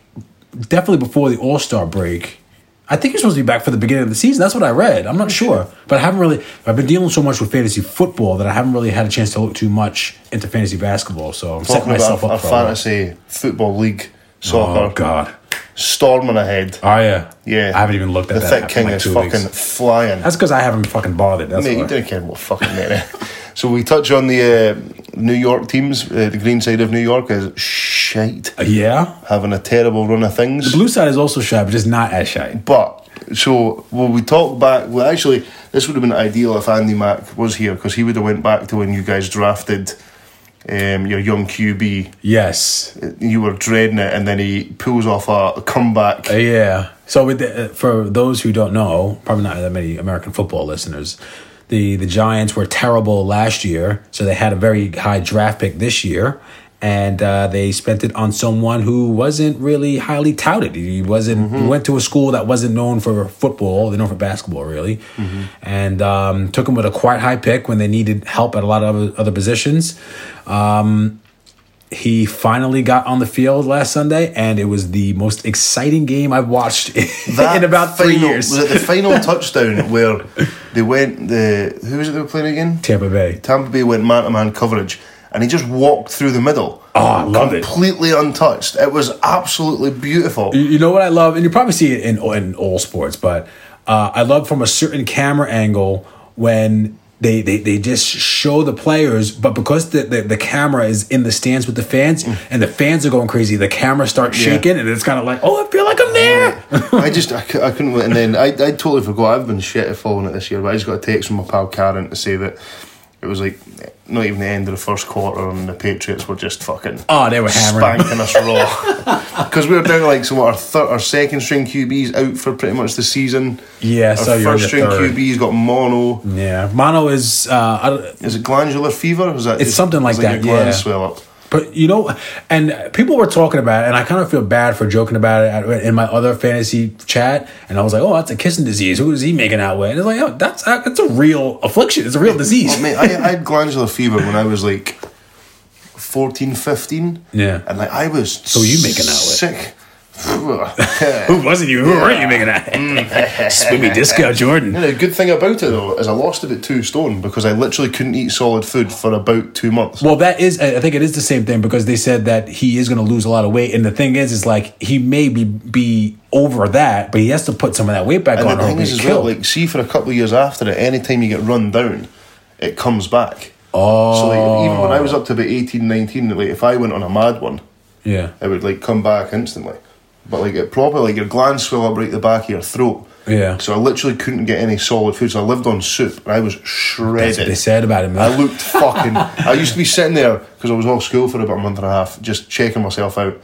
Speaker 2: definitely before the All Star break. I think he's supposed to be back for the beginning of the season. That's what I read. I'm not sure, but I haven't really. I've been dealing so much with fantasy football that I haven't really had a chance to look too much into fantasy basketball. So I'm setting
Speaker 1: Talking about
Speaker 2: myself
Speaker 1: a,
Speaker 2: up for a lot.
Speaker 1: fantasy football league
Speaker 2: Oh
Speaker 1: soccer
Speaker 2: God!
Speaker 1: storming ahead.
Speaker 2: Oh yeah,
Speaker 1: Yeah,
Speaker 2: I haven't even looked at
Speaker 1: the
Speaker 2: that.
Speaker 1: thick
Speaker 2: app in
Speaker 1: king
Speaker 2: like
Speaker 1: is
Speaker 2: two
Speaker 1: fucking
Speaker 2: weeks.
Speaker 1: flying.
Speaker 2: That's because I haven't fucking bothered. That's
Speaker 1: Mate, you
Speaker 2: why.
Speaker 1: don't care what fucking meant it. So we touch on the uh, New York teams. Uh, the green side of New York is shite,
Speaker 2: Uh, yeah.
Speaker 1: having a terrible run of things.
Speaker 2: Blue side is also shy, but just not as shy.
Speaker 1: But so when we talk back, well, actually, this would have been ideal if Andy Mack was here because he would have went back to when you guys drafted um, your young QB.
Speaker 2: Yes.
Speaker 1: You were dreading it, and then he pulls off a, a
Speaker 2: <laughs>
Speaker 1: comeback.
Speaker 2: Uh, yeah. So with the, uh, for those who don't know, probably not that many American football listeners, the the Giants were terrible last year, so they had a very high draft pick this year. And uh, they spent it on someone who wasn't really highly touted. He wasn't. He went to a school that wasn't known for football. They're known for basketball, really. And um, took him with a quite high pick when they needed help at a lot of other- other positions. he finally got on the field last Sunday, and it was the most exciting game I've watched <laughs> in about three
Speaker 1: final-
Speaker 2: years.
Speaker 1: was it the final
Speaker 2: <laughs>
Speaker 1: touchdown where they went? The who was it they were playing again?
Speaker 2: Tampa Bay.
Speaker 1: Tampa Bay went man to man coverage, and he just walked through the middle.
Speaker 2: Oh, I love it.
Speaker 1: completely untouched. It was absolutely beautiful.
Speaker 2: You- You know what I love, and you probably see it in in all sports, but uh, I love from a certain camera angle when. They, they, they just show the players, but because the, the, the camera is in the stands with the fans and the fans are going crazy, the camera starts
Speaker 1: Mm. Yeah. Mm.
Speaker 2: shaking and it's kind of like, oh, I feel like I'm there.
Speaker 1: <laughs> I just I, cou- I couldn't wait, and then I, I totally forgot. I've been shit at following it this year, but I just got a text from my pal Karen to say that it was like not even the end of the first quarter, and the Patriots were just fucking
Speaker 2: Oh, they were hammering.
Speaker 1: spanking us raw <laughs> because we were down to like so what our third, our second string QBs out for pretty much the season.
Speaker 2: Yeah,
Speaker 1: our
Speaker 2: so you're in
Speaker 1: first
Speaker 2: the
Speaker 1: string
Speaker 2: third.
Speaker 1: QB's got mono.
Speaker 2: Yeah. Mono is, uh, I don't,
Speaker 1: Is it glandular fever? Is that
Speaker 2: It's
Speaker 1: just-
Speaker 2: something like
Speaker 1: is
Speaker 2: that,
Speaker 1: Your glands
Speaker 2: yeah.
Speaker 1: swell up.
Speaker 2: But you know, and people were talking about it, and I kind of feel bad for joking about it at- in my other fantasy chat. And I was like, "Oh, that's a kissing disease. Who is he making out with?" And it's like, "Oh, that's that's a real affliction. It's a real disease."
Speaker 1: Well, Oh, mate, I, I had glandular fever when I was like 14, 15.
Speaker 2: Yeah.
Speaker 1: And like I was So
Speaker 2: were you making out with?
Speaker 1: Sick.
Speaker 2: Who wasn't you? Who were you making out?
Speaker 1: Mm.
Speaker 2: <laughs> with? Swimmy discount Jordan.
Speaker 1: You know, <laughs> the good thing about it though is I lost about two stone because I literally couldn't eat solid food for about two months.
Speaker 2: Well, that is, I think it is the same thing because they said that he is going to lose a lot of weight. And the thing is, is like he may be, be over that, but he has to put some of that weight back
Speaker 1: and
Speaker 2: on.
Speaker 1: the
Speaker 2: or
Speaker 1: thing
Speaker 2: he'll
Speaker 1: is,
Speaker 2: get
Speaker 1: as well,
Speaker 2: killed.
Speaker 1: like, see for a couple of years after it, anytime you get run down, it comes back. Oh. So, like, even when I was up to about 18, 19, like, if I went on a mad one,
Speaker 2: yeah.
Speaker 1: it would like come back instantly. But like it proper, like your glands swell up right the back of your throat.
Speaker 2: Yeah.
Speaker 1: So I literally couldn't get any solid food. So I lived on soup, and I was
Speaker 2: That's what they
Speaker 1: shredded.
Speaker 2: said about him.
Speaker 1: I looked fucking. I used to be sitting there because I was off school for about a month and a half, just checking myself out.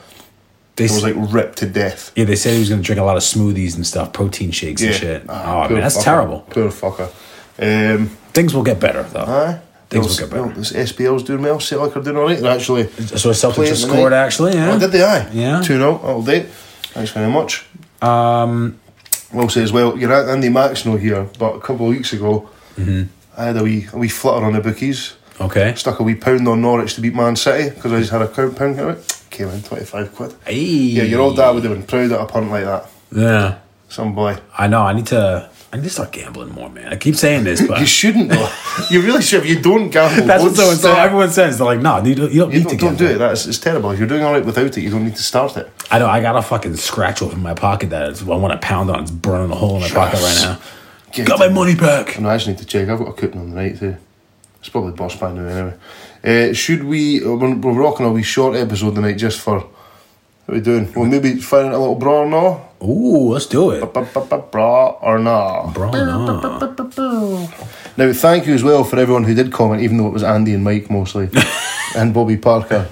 Speaker 2: They
Speaker 1: I
Speaker 2: s-
Speaker 1: was like ripped to death.
Speaker 2: Yeah, they said he was going to drink a lot of smoothies and stuff, protein shakes and shit.
Speaker 1: Ah,
Speaker 2: oh,
Speaker 1: poor
Speaker 2: man, that's
Speaker 1: fucker.
Speaker 2: terrible.
Speaker 1: Poor fucker. Um,
Speaker 2: Things will get better, though.
Speaker 1: aye.
Speaker 2: Things
Speaker 1: Well,
Speaker 2: will get better.
Speaker 1: well, This SPL's doing well. Celtic are doing all right. They're actually.
Speaker 2: So Celtics
Speaker 1: playing
Speaker 2: just scored,
Speaker 1: tonight.
Speaker 2: actually, yeah.
Speaker 1: Oh, did they? Aye.
Speaker 2: Yeah.
Speaker 1: 2 0 all day. Thanks very much. Um, Will says, well, your
Speaker 2: Mm-hmm.
Speaker 1: Aunt Andy Mack's not here, but a couple of weeks ago, I had a wee, a wee flutter on the bookies.
Speaker 2: Okay.
Speaker 1: Stuck a wee pound on Norwich to beat Man City because I just had a cou- pound count. Came in 25 quid.
Speaker 2: Hey.
Speaker 1: Yeah, your old dad would have been proud at a punt like that.
Speaker 2: Yeah.
Speaker 1: Some boy.
Speaker 2: I know. I need to. I need to start gambling more, man. I keep
Speaker 1: <laughs>
Speaker 2: saying this, but
Speaker 1: You shouldn't though. you really should. If you don't gamble,
Speaker 2: <laughs> that's what
Speaker 1: don't
Speaker 2: so and so
Speaker 1: start.
Speaker 2: everyone says. They're like, no, you don't, you don't
Speaker 1: You
Speaker 2: need
Speaker 1: don't,
Speaker 2: to
Speaker 1: don't
Speaker 2: gamble.
Speaker 1: do it. That's it's terrible. If you're doing all right without it, you don't need to start it.
Speaker 2: I know. I got a fucking scratch off in my pocket that is, I want to pound on. It's burning a hole in my pocket right
Speaker 1: Yes.
Speaker 2: now.
Speaker 1: Get
Speaker 2: Got my money back.
Speaker 1: No, I just need to check. I've got a coupon on the night too. It's probably boss by now anyway. Uh, should we? uh, We're, we're rocking a wee short episode tonight just for. What are we doing? Well, maybe firing a little bra or no?
Speaker 2: Ooh, let's do it.
Speaker 1: Bra or no?
Speaker 2: Bro, no.
Speaker 1: Now, thank you as well for everyone who did comment, even though it was Andy and Mike mostly, and Bobby Parker,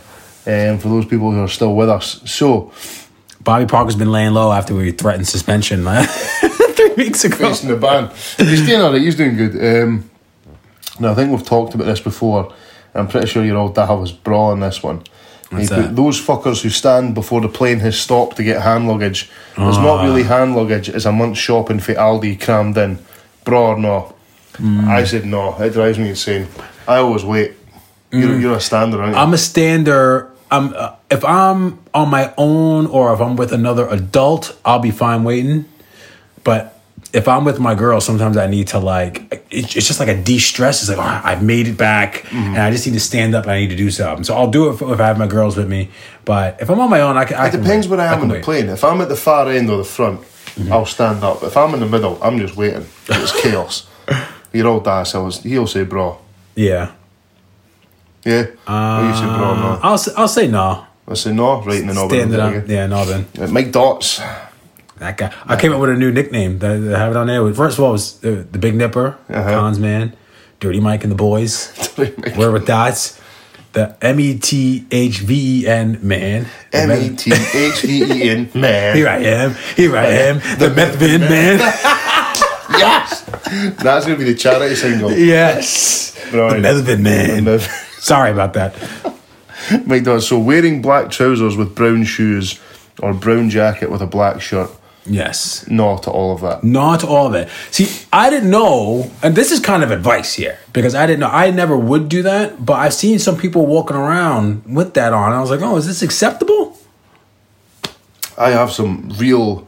Speaker 1: um, for those people who are still with us. So,
Speaker 2: Bobby Parker's been laying low after we threatened suspension uh, <laughs> three weeks ago.
Speaker 1: facing the ban. He's doing all right. He's doing good. Um, now I think we've talked about this before. I'm pretty sure your old dad was bra on this one. He
Speaker 2: What's
Speaker 1: put,
Speaker 2: that?
Speaker 1: Those fuckers who stand before the plane has stopped to get hand luggage. It's not really
Speaker 2: Ah.
Speaker 1: hand luggage. It's a month's shopping for Aldi crammed in. Bra or no?
Speaker 2: Hmm.
Speaker 1: I said no. It drives me insane. I always wait. You're, you're a stander, aren't you?
Speaker 2: Hmm. I'm a stander. I'm uh, if I'm on my own or if I'm with another adult, I'll be fine waiting. But if I'm with my girl, sometimes I need to like it, it's just like a de stress. It's like all right, I've made it back,
Speaker 1: Mm-hmm.
Speaker 2: and I just need to stand up. and I need to do something. So I'll do it if, if I have my girls with me. But if I'm on my own, I can. I
Speaker 1: It depends
Speaker 2: can wait.
Speaker 1: where I am
Speaker 2: can
Speaker 1: on the
Speaker 2: wait.
Speaker 1: plane. If I'm at the far end or the front,
Speaker 2: Mm-hmm.
Speaker 1: I'll stand up. If I'm in the middle, I'm just waiting.
Speaker 2: <laughs>
Speaker 1: It's chaos. Your old dad says he'll say bro.
Speaker 2: Yeah,
Speaker 1: Yeah. Or you say bro no.
Speaker 2: I'll s- I'll say no.
Speaker 1: I say no, right in the knob.
Speaker 2: Stand it
Speaker 1: There
Speaker 2: Ah. up.
Speaker 1: you
Speaker 2: Yeah, no, then.
Speaker 1: go. Uh, Mike Dots. <laughs>
Speaker 2: That guy. I came up with a new nickname that that I have it on there. with- First of all, it was the, the Big Nipper,
Speaker 1: Uh-huh.
Speaker 2: Cons Man, Dirty Mike and the
Speaker 1: <laughs>
Speaker 2: Boys.
Speaker 1: M
Speaker 2: Where with dots, the M E T H V E N man. The
Speaker 1: E
Speaker 2: meth-
Speaker 1: T H E E
Speaker 2: <laughs>
Speaker 1: N man.
Speaker 2: Here I am. Here I am. The meth bin man.
Speaker 1: Yes. <laughs> That's gonna be the charity single.
Speaker 2: <laughs> Yes. The
Speaker 1: Brilliant.
Speaker 2: meth bin man.
Speaker 1: Meth-
Speaker 2: Sorry about that.
Speaker 1: Mike Dots. So wearing black trousers with brown shoes or brown jacket with a black shirt.
Speaker 2: Yes.
Speaker 1: No to all of that.
Speaker 2: Not all of it. See, I didn't know, and this is kind of advice here because I didn't know. I never would do that, but I've seen some people walking around with that on. I was like, oh, is this acceptable?
Speaker 1: I have some real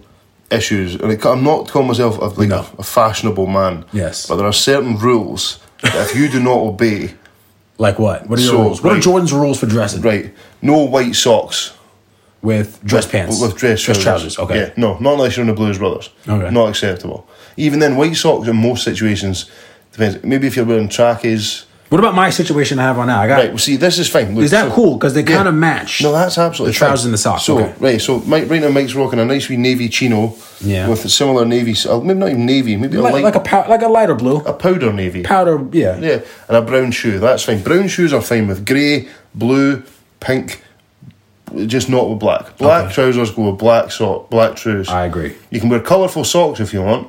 Speaker 1: issues, and it, I'm not calling myself a, like
Speaker 2: No.
Speaker 1: a, a fashionable man.
Speaker 2: Yes.
Speaker 1: but there are certain rules that if you do not obey,
Speaker 2: Like what? What are your
Speaker 1: So,
Speaker 2: rules? What are
Speaker 1: right.
Speaker 2: Jordan's rules for dressing?
Speaker 1: right? No white socks
Speaker 2: With dress pants.
Speaker 1: with dress trousers.
Speaker 2: trousers. Okay.
Speaker 1: yeah, no, not unless you're in the Blues Brothers.
Speaker 2: Okay.
Speaker 1: not acceptable. Even then, white socks in most situations depends. Maybe if you're wearing trackies,
Speaker 2: What about my situation I have on now? I got.
Speaker 1: right? Well, see, this is fine. Look,
Speaker 2: Is that
Speaker 1: so-
Speaker 2: cool? Because they
Speaker 1: Yeah.
Speaker 2: kind of match.
Speaker 1: No, that's absolutely
Speaker 2: The trousers
Speaker 1: fine.
Speaker 2: and the socks,
Speaker 1: So
Speaker 2: okay.
Speaker 1: right, so Mike, right now Mike's rocking a nice wee navy chino,
Speaker 2: Yeah.
Speaker 1: with a similar navy, uh, maybe not even navy, maybe a
Speaker 2: like,
Speaker 1: light,
Speaker 2: like a pow- like a lighter blue
Speaker 1: a powder navy.
Speaker 2: powder. Yeah.
Speaker 1: Yeah, and a brown shoe. That's fine. Brown shoes are fine with grey, blue, pink, just not with black. Black trousers go with black sock, black shoes.
Speaker 2: I agree. Mm-hmm.
Speaker 1: You can wear colourful socks if you want,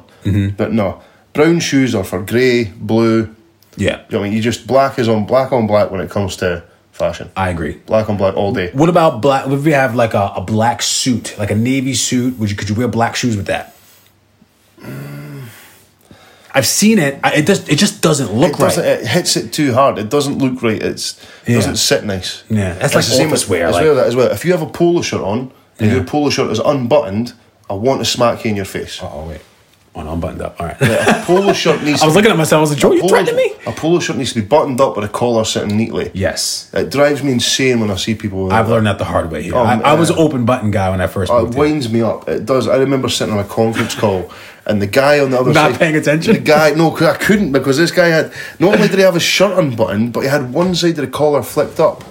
Speaker 1: but no. Brown shoes are for grey, blue.
Speaker 2: Yeah.
Speaker 1: You know what I mean? You just black is on black on black when it comes to fashion.
Speaker 2: I agree.
Speaker 1: Black on black all day.
Speaker 2: What about black? What if we have like a, a black suit, like a navy suit? Would you could you wear black shoes with that? Mm. I've seen it. I, it just it just doesn't look
Speaker 1: It,
Speaker 2: right.
Speaker 1: doesn't, it hits it too hard. It doesn't look right. It's it
Speaker 2: Yeah.
Speaker 1: doesn't sit nice.
Speaker 2: Yeah, that's
Speaker 1: It's
Speaker 2: like office
Speaker 1: as,
Speaker 2: wear,
Speaker 1: As
Speaker 2: like-
Speaker 1: well, that as well. If you have a polo shirt on and
Speaker 2: Yeah.
Speaker 1: your polo shirt is unbuttoned, I want to smack you in your face.
Speaker 2: oh wait, oh no, I'm buttoned up. All <laughs> right.
Speaker 1: a polo
Speaker 2: <laughs>
Speaker 1: shirt needs.
Speaker 2: I was
Speaker 1: to be-
Speaker 2: looking at myself. I was like, Joe, you
Speaker 1: polo-
Speaker 2: threatening me?
Speaker 1: A polo shirt needs to be buttoned up with a collar sitting neatly.
Speaker 2: Yes.
Speaker 1: It drives me insane when I see people. With
Speaker 2: I've
Speaker 1: that.
Speaker 2: learned that the hard way here. I, I was
Speaker 1: man.
Speaker 2: open button guy when I first
Speaker 1: Oh, It
Speaker 2: moved here.
Speaker 1: winds me up. It does. I remember sitting on a conference call and the guy on the other
Speaker 2: Not
Speaker 1: side
Speaker 2: paying attention?
Speaker 1: The guy, no, 'cause I couldn't because this guy had not only did he have his shirt unbuttoned, but he had one side of the collar flipped up.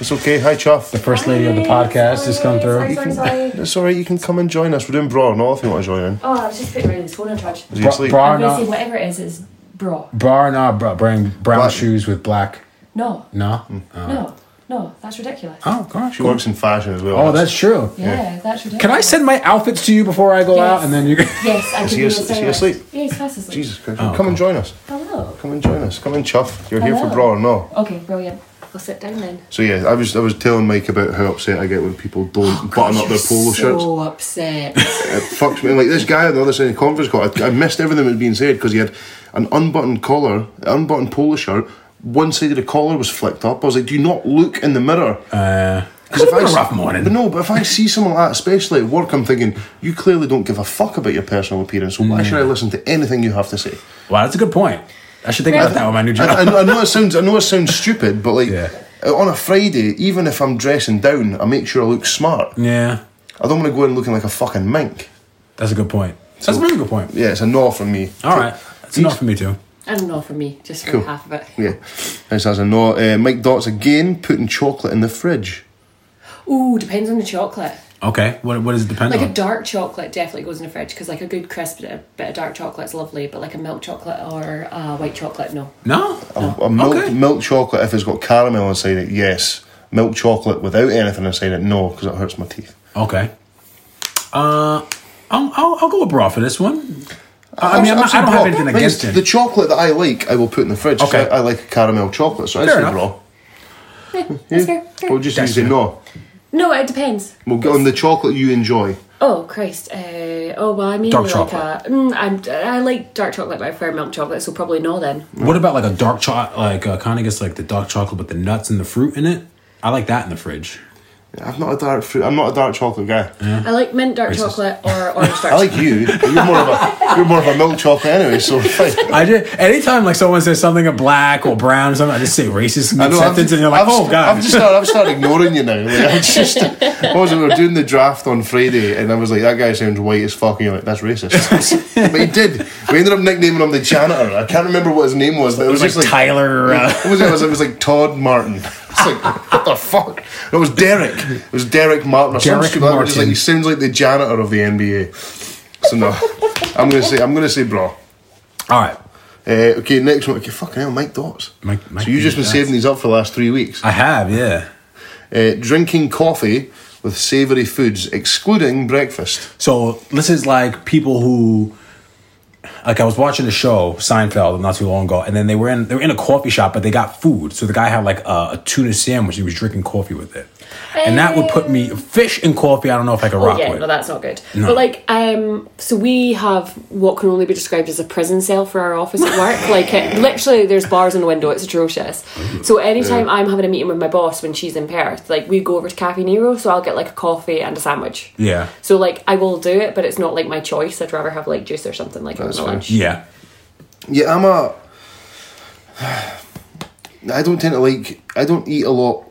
Speaker 1: It's okay. Hi, Chuff.
Speaker 2: The first lady of the podcast has come through.
Speaker 3: Sorry, sorry, sorry.
Speaker 1: It's all right. You can come and join us. We're doing bra or not if you want to join in.
Speaker 3: oh, I was just putting Riley's phone in charge.
Speaker 1: Is he
Speaker 2: Bra-
Speaker 1: asleep?
Speaker 2: bra-
Speaker 3: I'm gonna
Speaker 2: Not-
Speaker 3: say whatever it is, it's bra.
Speaker 2: Bar nah, bro, wearing brown
Speaker 1: Black.
Speaker 2: shoes with black.
Speaker 3: No,
Speaker 2: No.
Speaker 3: no, no, that's ridiculous.
Speaker 2: Oh gosh.
Speaker 1: She works in fashion as well.
Speaker 2: Oh, that's true.
Speaker 3: yeah, that's ridiculous.
Speaker 2: Can I send my outfits to you before I go
Speaker 3: Yes.
Speaker 2: out, and then you?
Speaker 3: Yes, I
Speaker 1: he
Speaker 3: can
Speaker 1: as- is he asleep?
Speaker 3: Yeah, he's fast asleep.
Speaker 1: Jesus
Speaker 2: Oh,
Speaker 1: Christ! come and join us.
Speaker 3: Hello.
Speaker 1: Come and join us. Come and Chuff. You're here for
Speaker 3: Hello.
Speaker 1: bra or not.
Speaker 3: Okay, brilliant. I'll sit down then.
Speaker 1: So yeah, I was I was telling Mike about how upset I get when people don't
Speaker 2: Oh,
Speaker 1: button up their polo shirts.
Speaker 3: So upset.
Speaker 1: <laughs> It fucks me. Like this guy on the other side of the conference call, I, I missed everything that was being said because he had an unbuttoned collar, unbuttoned polo shirt, one side of the collar was flicked up. I was like, do you not look in the mirror?
Speaker 2: Uh,
Speaker 1: Because
Speaker 2: it's been a
Speaker 1: s-
Speaker 2: rough morning.
Speaker 1: But no, but if I see someone like that, especially at work, I'm thinking, you clearly don't give a fuck about your personal appearance, so why
Speaker 2: Mm.
Speaker 1: should I listen to anything you have to say?
Speaker 2: Wow, that's a good point. <laughs> I should think about that with my new job.
Speaker 1: I, I know- I know it sounds I know it sounds stupid, but like
Speaker 2: Yeah.
Speaker 1: uh, on a Friday, even if I'm dressing down, I make sure I look smart.
Speaker 2: yeah,
Speaker 1: I don't want to go in looking like a fucking mink.
Speaker 2: that's a good point. That's a
Speaker 1: So-
Speaker 2: really good point.
Speaker 1: Yeah, it's a no for me.
Speaker 2: All right, that's enough for me too.
Speaker 3: I don't know for me, just for
Speaker 1: Cool.
Speaker 3: half of it.
Speaker 1: Yeah, this has a no. Uh, Mike Dots again putting chocolate in the fridge.
Speaker 3: Ooh, depends on the chocolate.
Speaker 2: Okay, what what does it depend
Speaker 3: Like
Speaker 2: on?
Speaker 3: a dark chocolate definitely goes in the fridge because like a good crisp bit of, bit of dark chocolate's lovely, but like a milk chocolate or uh, white chocolate, no.
Speaker 2: no,
Speaker 1: A milk
Speaker 2: Okay.
Speaker 1: milk chocolate if it's got caramel inside it, yes. Milk chocolate without anything inside it, no, because it hurts my teeth.
Speaker 2: okay. Uh, I'll, I'll I'll go with raw for this one. I I mean, I'm not,
Speaker 1: Absolutely
Speaker 2: I don't have
Speaker 1: raw.
Speaker 2: anything
Speaker 1: Like,
Speaker 2: against
Speaker 1: The
Speaker 2: it.
Speaker 1: chocolate that I like, I will put in the fridge. 'cause
Speaker 2: Okay.
Speaker 1: I, I like caramel chocolate, so I
Speaker 2: Fair
Speaker 1: say
Speaker 2: enough.
Speaker 1: raw.
Speaker 3: Yeah, that's fair. fair.
Speaker 1: We'll just
Speaker 2: That's
Speaker 1: use it
Speaker 2: fair.
Speaker 1: no.
Speaker 3: no, it depends.
Speaker 1: We'll get on the chocolate you enjoy.
Speaker 3: Oh Christ! Uh, oh well, I mean,
Speaker 2: Dark
Speaker 3: like
Speaker 2: chocolate.
Speaker 3: A, mm, I'm, I like dark chocolate, but I prefer milk chocolate, so probably no then.
Speaker 2: What about like a dark chocolate? Like uh, kind of gets like the dark chocolate with the nuts and the fruit in it. I like that in the fridge.
Speaker 1: I'm not a dark fruit. I'm not a dark chocolate guy.
Speaker 3: I like mint dark
Speaker 2: Racist.
Speaker 3: chocolate or orange dark.
Speaker 1: I like you. but You're more of a you're more of a milk chocolate anyway. So <laughs> fine.
Speaker 2: I just anytime like someone says something of black or brown or something, I just say racist
Speaker 1: I know, I've
Speaker 2: acceptance,
Speaker 1: just-
Speaker 2: and you're like,
Speaker 1: I've
Speaker 2: oh
Speaker 1: st-
Speaker 2: god,
Speaker 1: I've just started, I've started ignoring you now. Like, I'm
Speaker 2: <laughs>
Speaker 1: just, what was it? We were doing the draft on Friday, and I was like, "That guy sounds white as fuck," and you're like, "That's
Speaker 2: <laughs>
Speaker 1: racist." but he did. We ended up nicknaming him the janitor. I can't remember what his name was. But it was,
Speaker 2: like,
Speaker 1: just like
Speaker 2: Tyler. Uh,
Speaker 1: What was it? It was, it was like Todd Martin. It's
Speaker 2: <laughs>
Speaker 1: like what the fuck? No, it was Derek. It was Derek Martin. Or some
Speaker 2: Derek
Speaker 1: stupid like that, which is like,
Speaker 2: Martin.
Speaker 1: he sounds like the janitor of the NBA. So no, I'm gonna say I'm gonna say bro.
Speaker 2: all right,
Speaker 1: Uh, okay, next one. Okay, fucking hell, Mike Dots.
Speaker 2: Mike- Mike
Speaker 1: so you've just been
Speaker 2: Dots.
Speaker 1: saving these up for the last three weeks.
Speaker 2: I have yeah.
Speaker 1: Uh, drinking coffee with savoury foods, excluding breakfast.
Speaker 2: So this is like people who, like I was watching a show Seinfeld not too long ago, and then they were in they were in a coffee shop, but they got food. So the guy had like a, a tuna sandwich. He was drinking coffee with it, and that would put me fish and coffee. I don't know if I could rock
Speaker 3: Oh, yeah,
Speaker 2: with.
Speaker 3: no, that's not good. But like, um, so we have what can only be described as a prison cell for our office
Speaker 1: <laughs>
Speaker 3: at work. like, it, literally, there's bars in the window. It's atrocious. So anytime I'm having a meeting with my boss when she's in Perth, like we go over to Cafe Nero, so I'll get like a coffee and a sandwich.
Speaker 2: yeah,
Speaker 3: So like, I will do it, but it's not like my choice. I'd rather have like juice or something like on my
Speaker 1: fair.
Speaker 3: lunch.
Speaker 2: yeah.
Speaker 1: Yeah, I'm a. I don't tend to like. I don't eat a lot.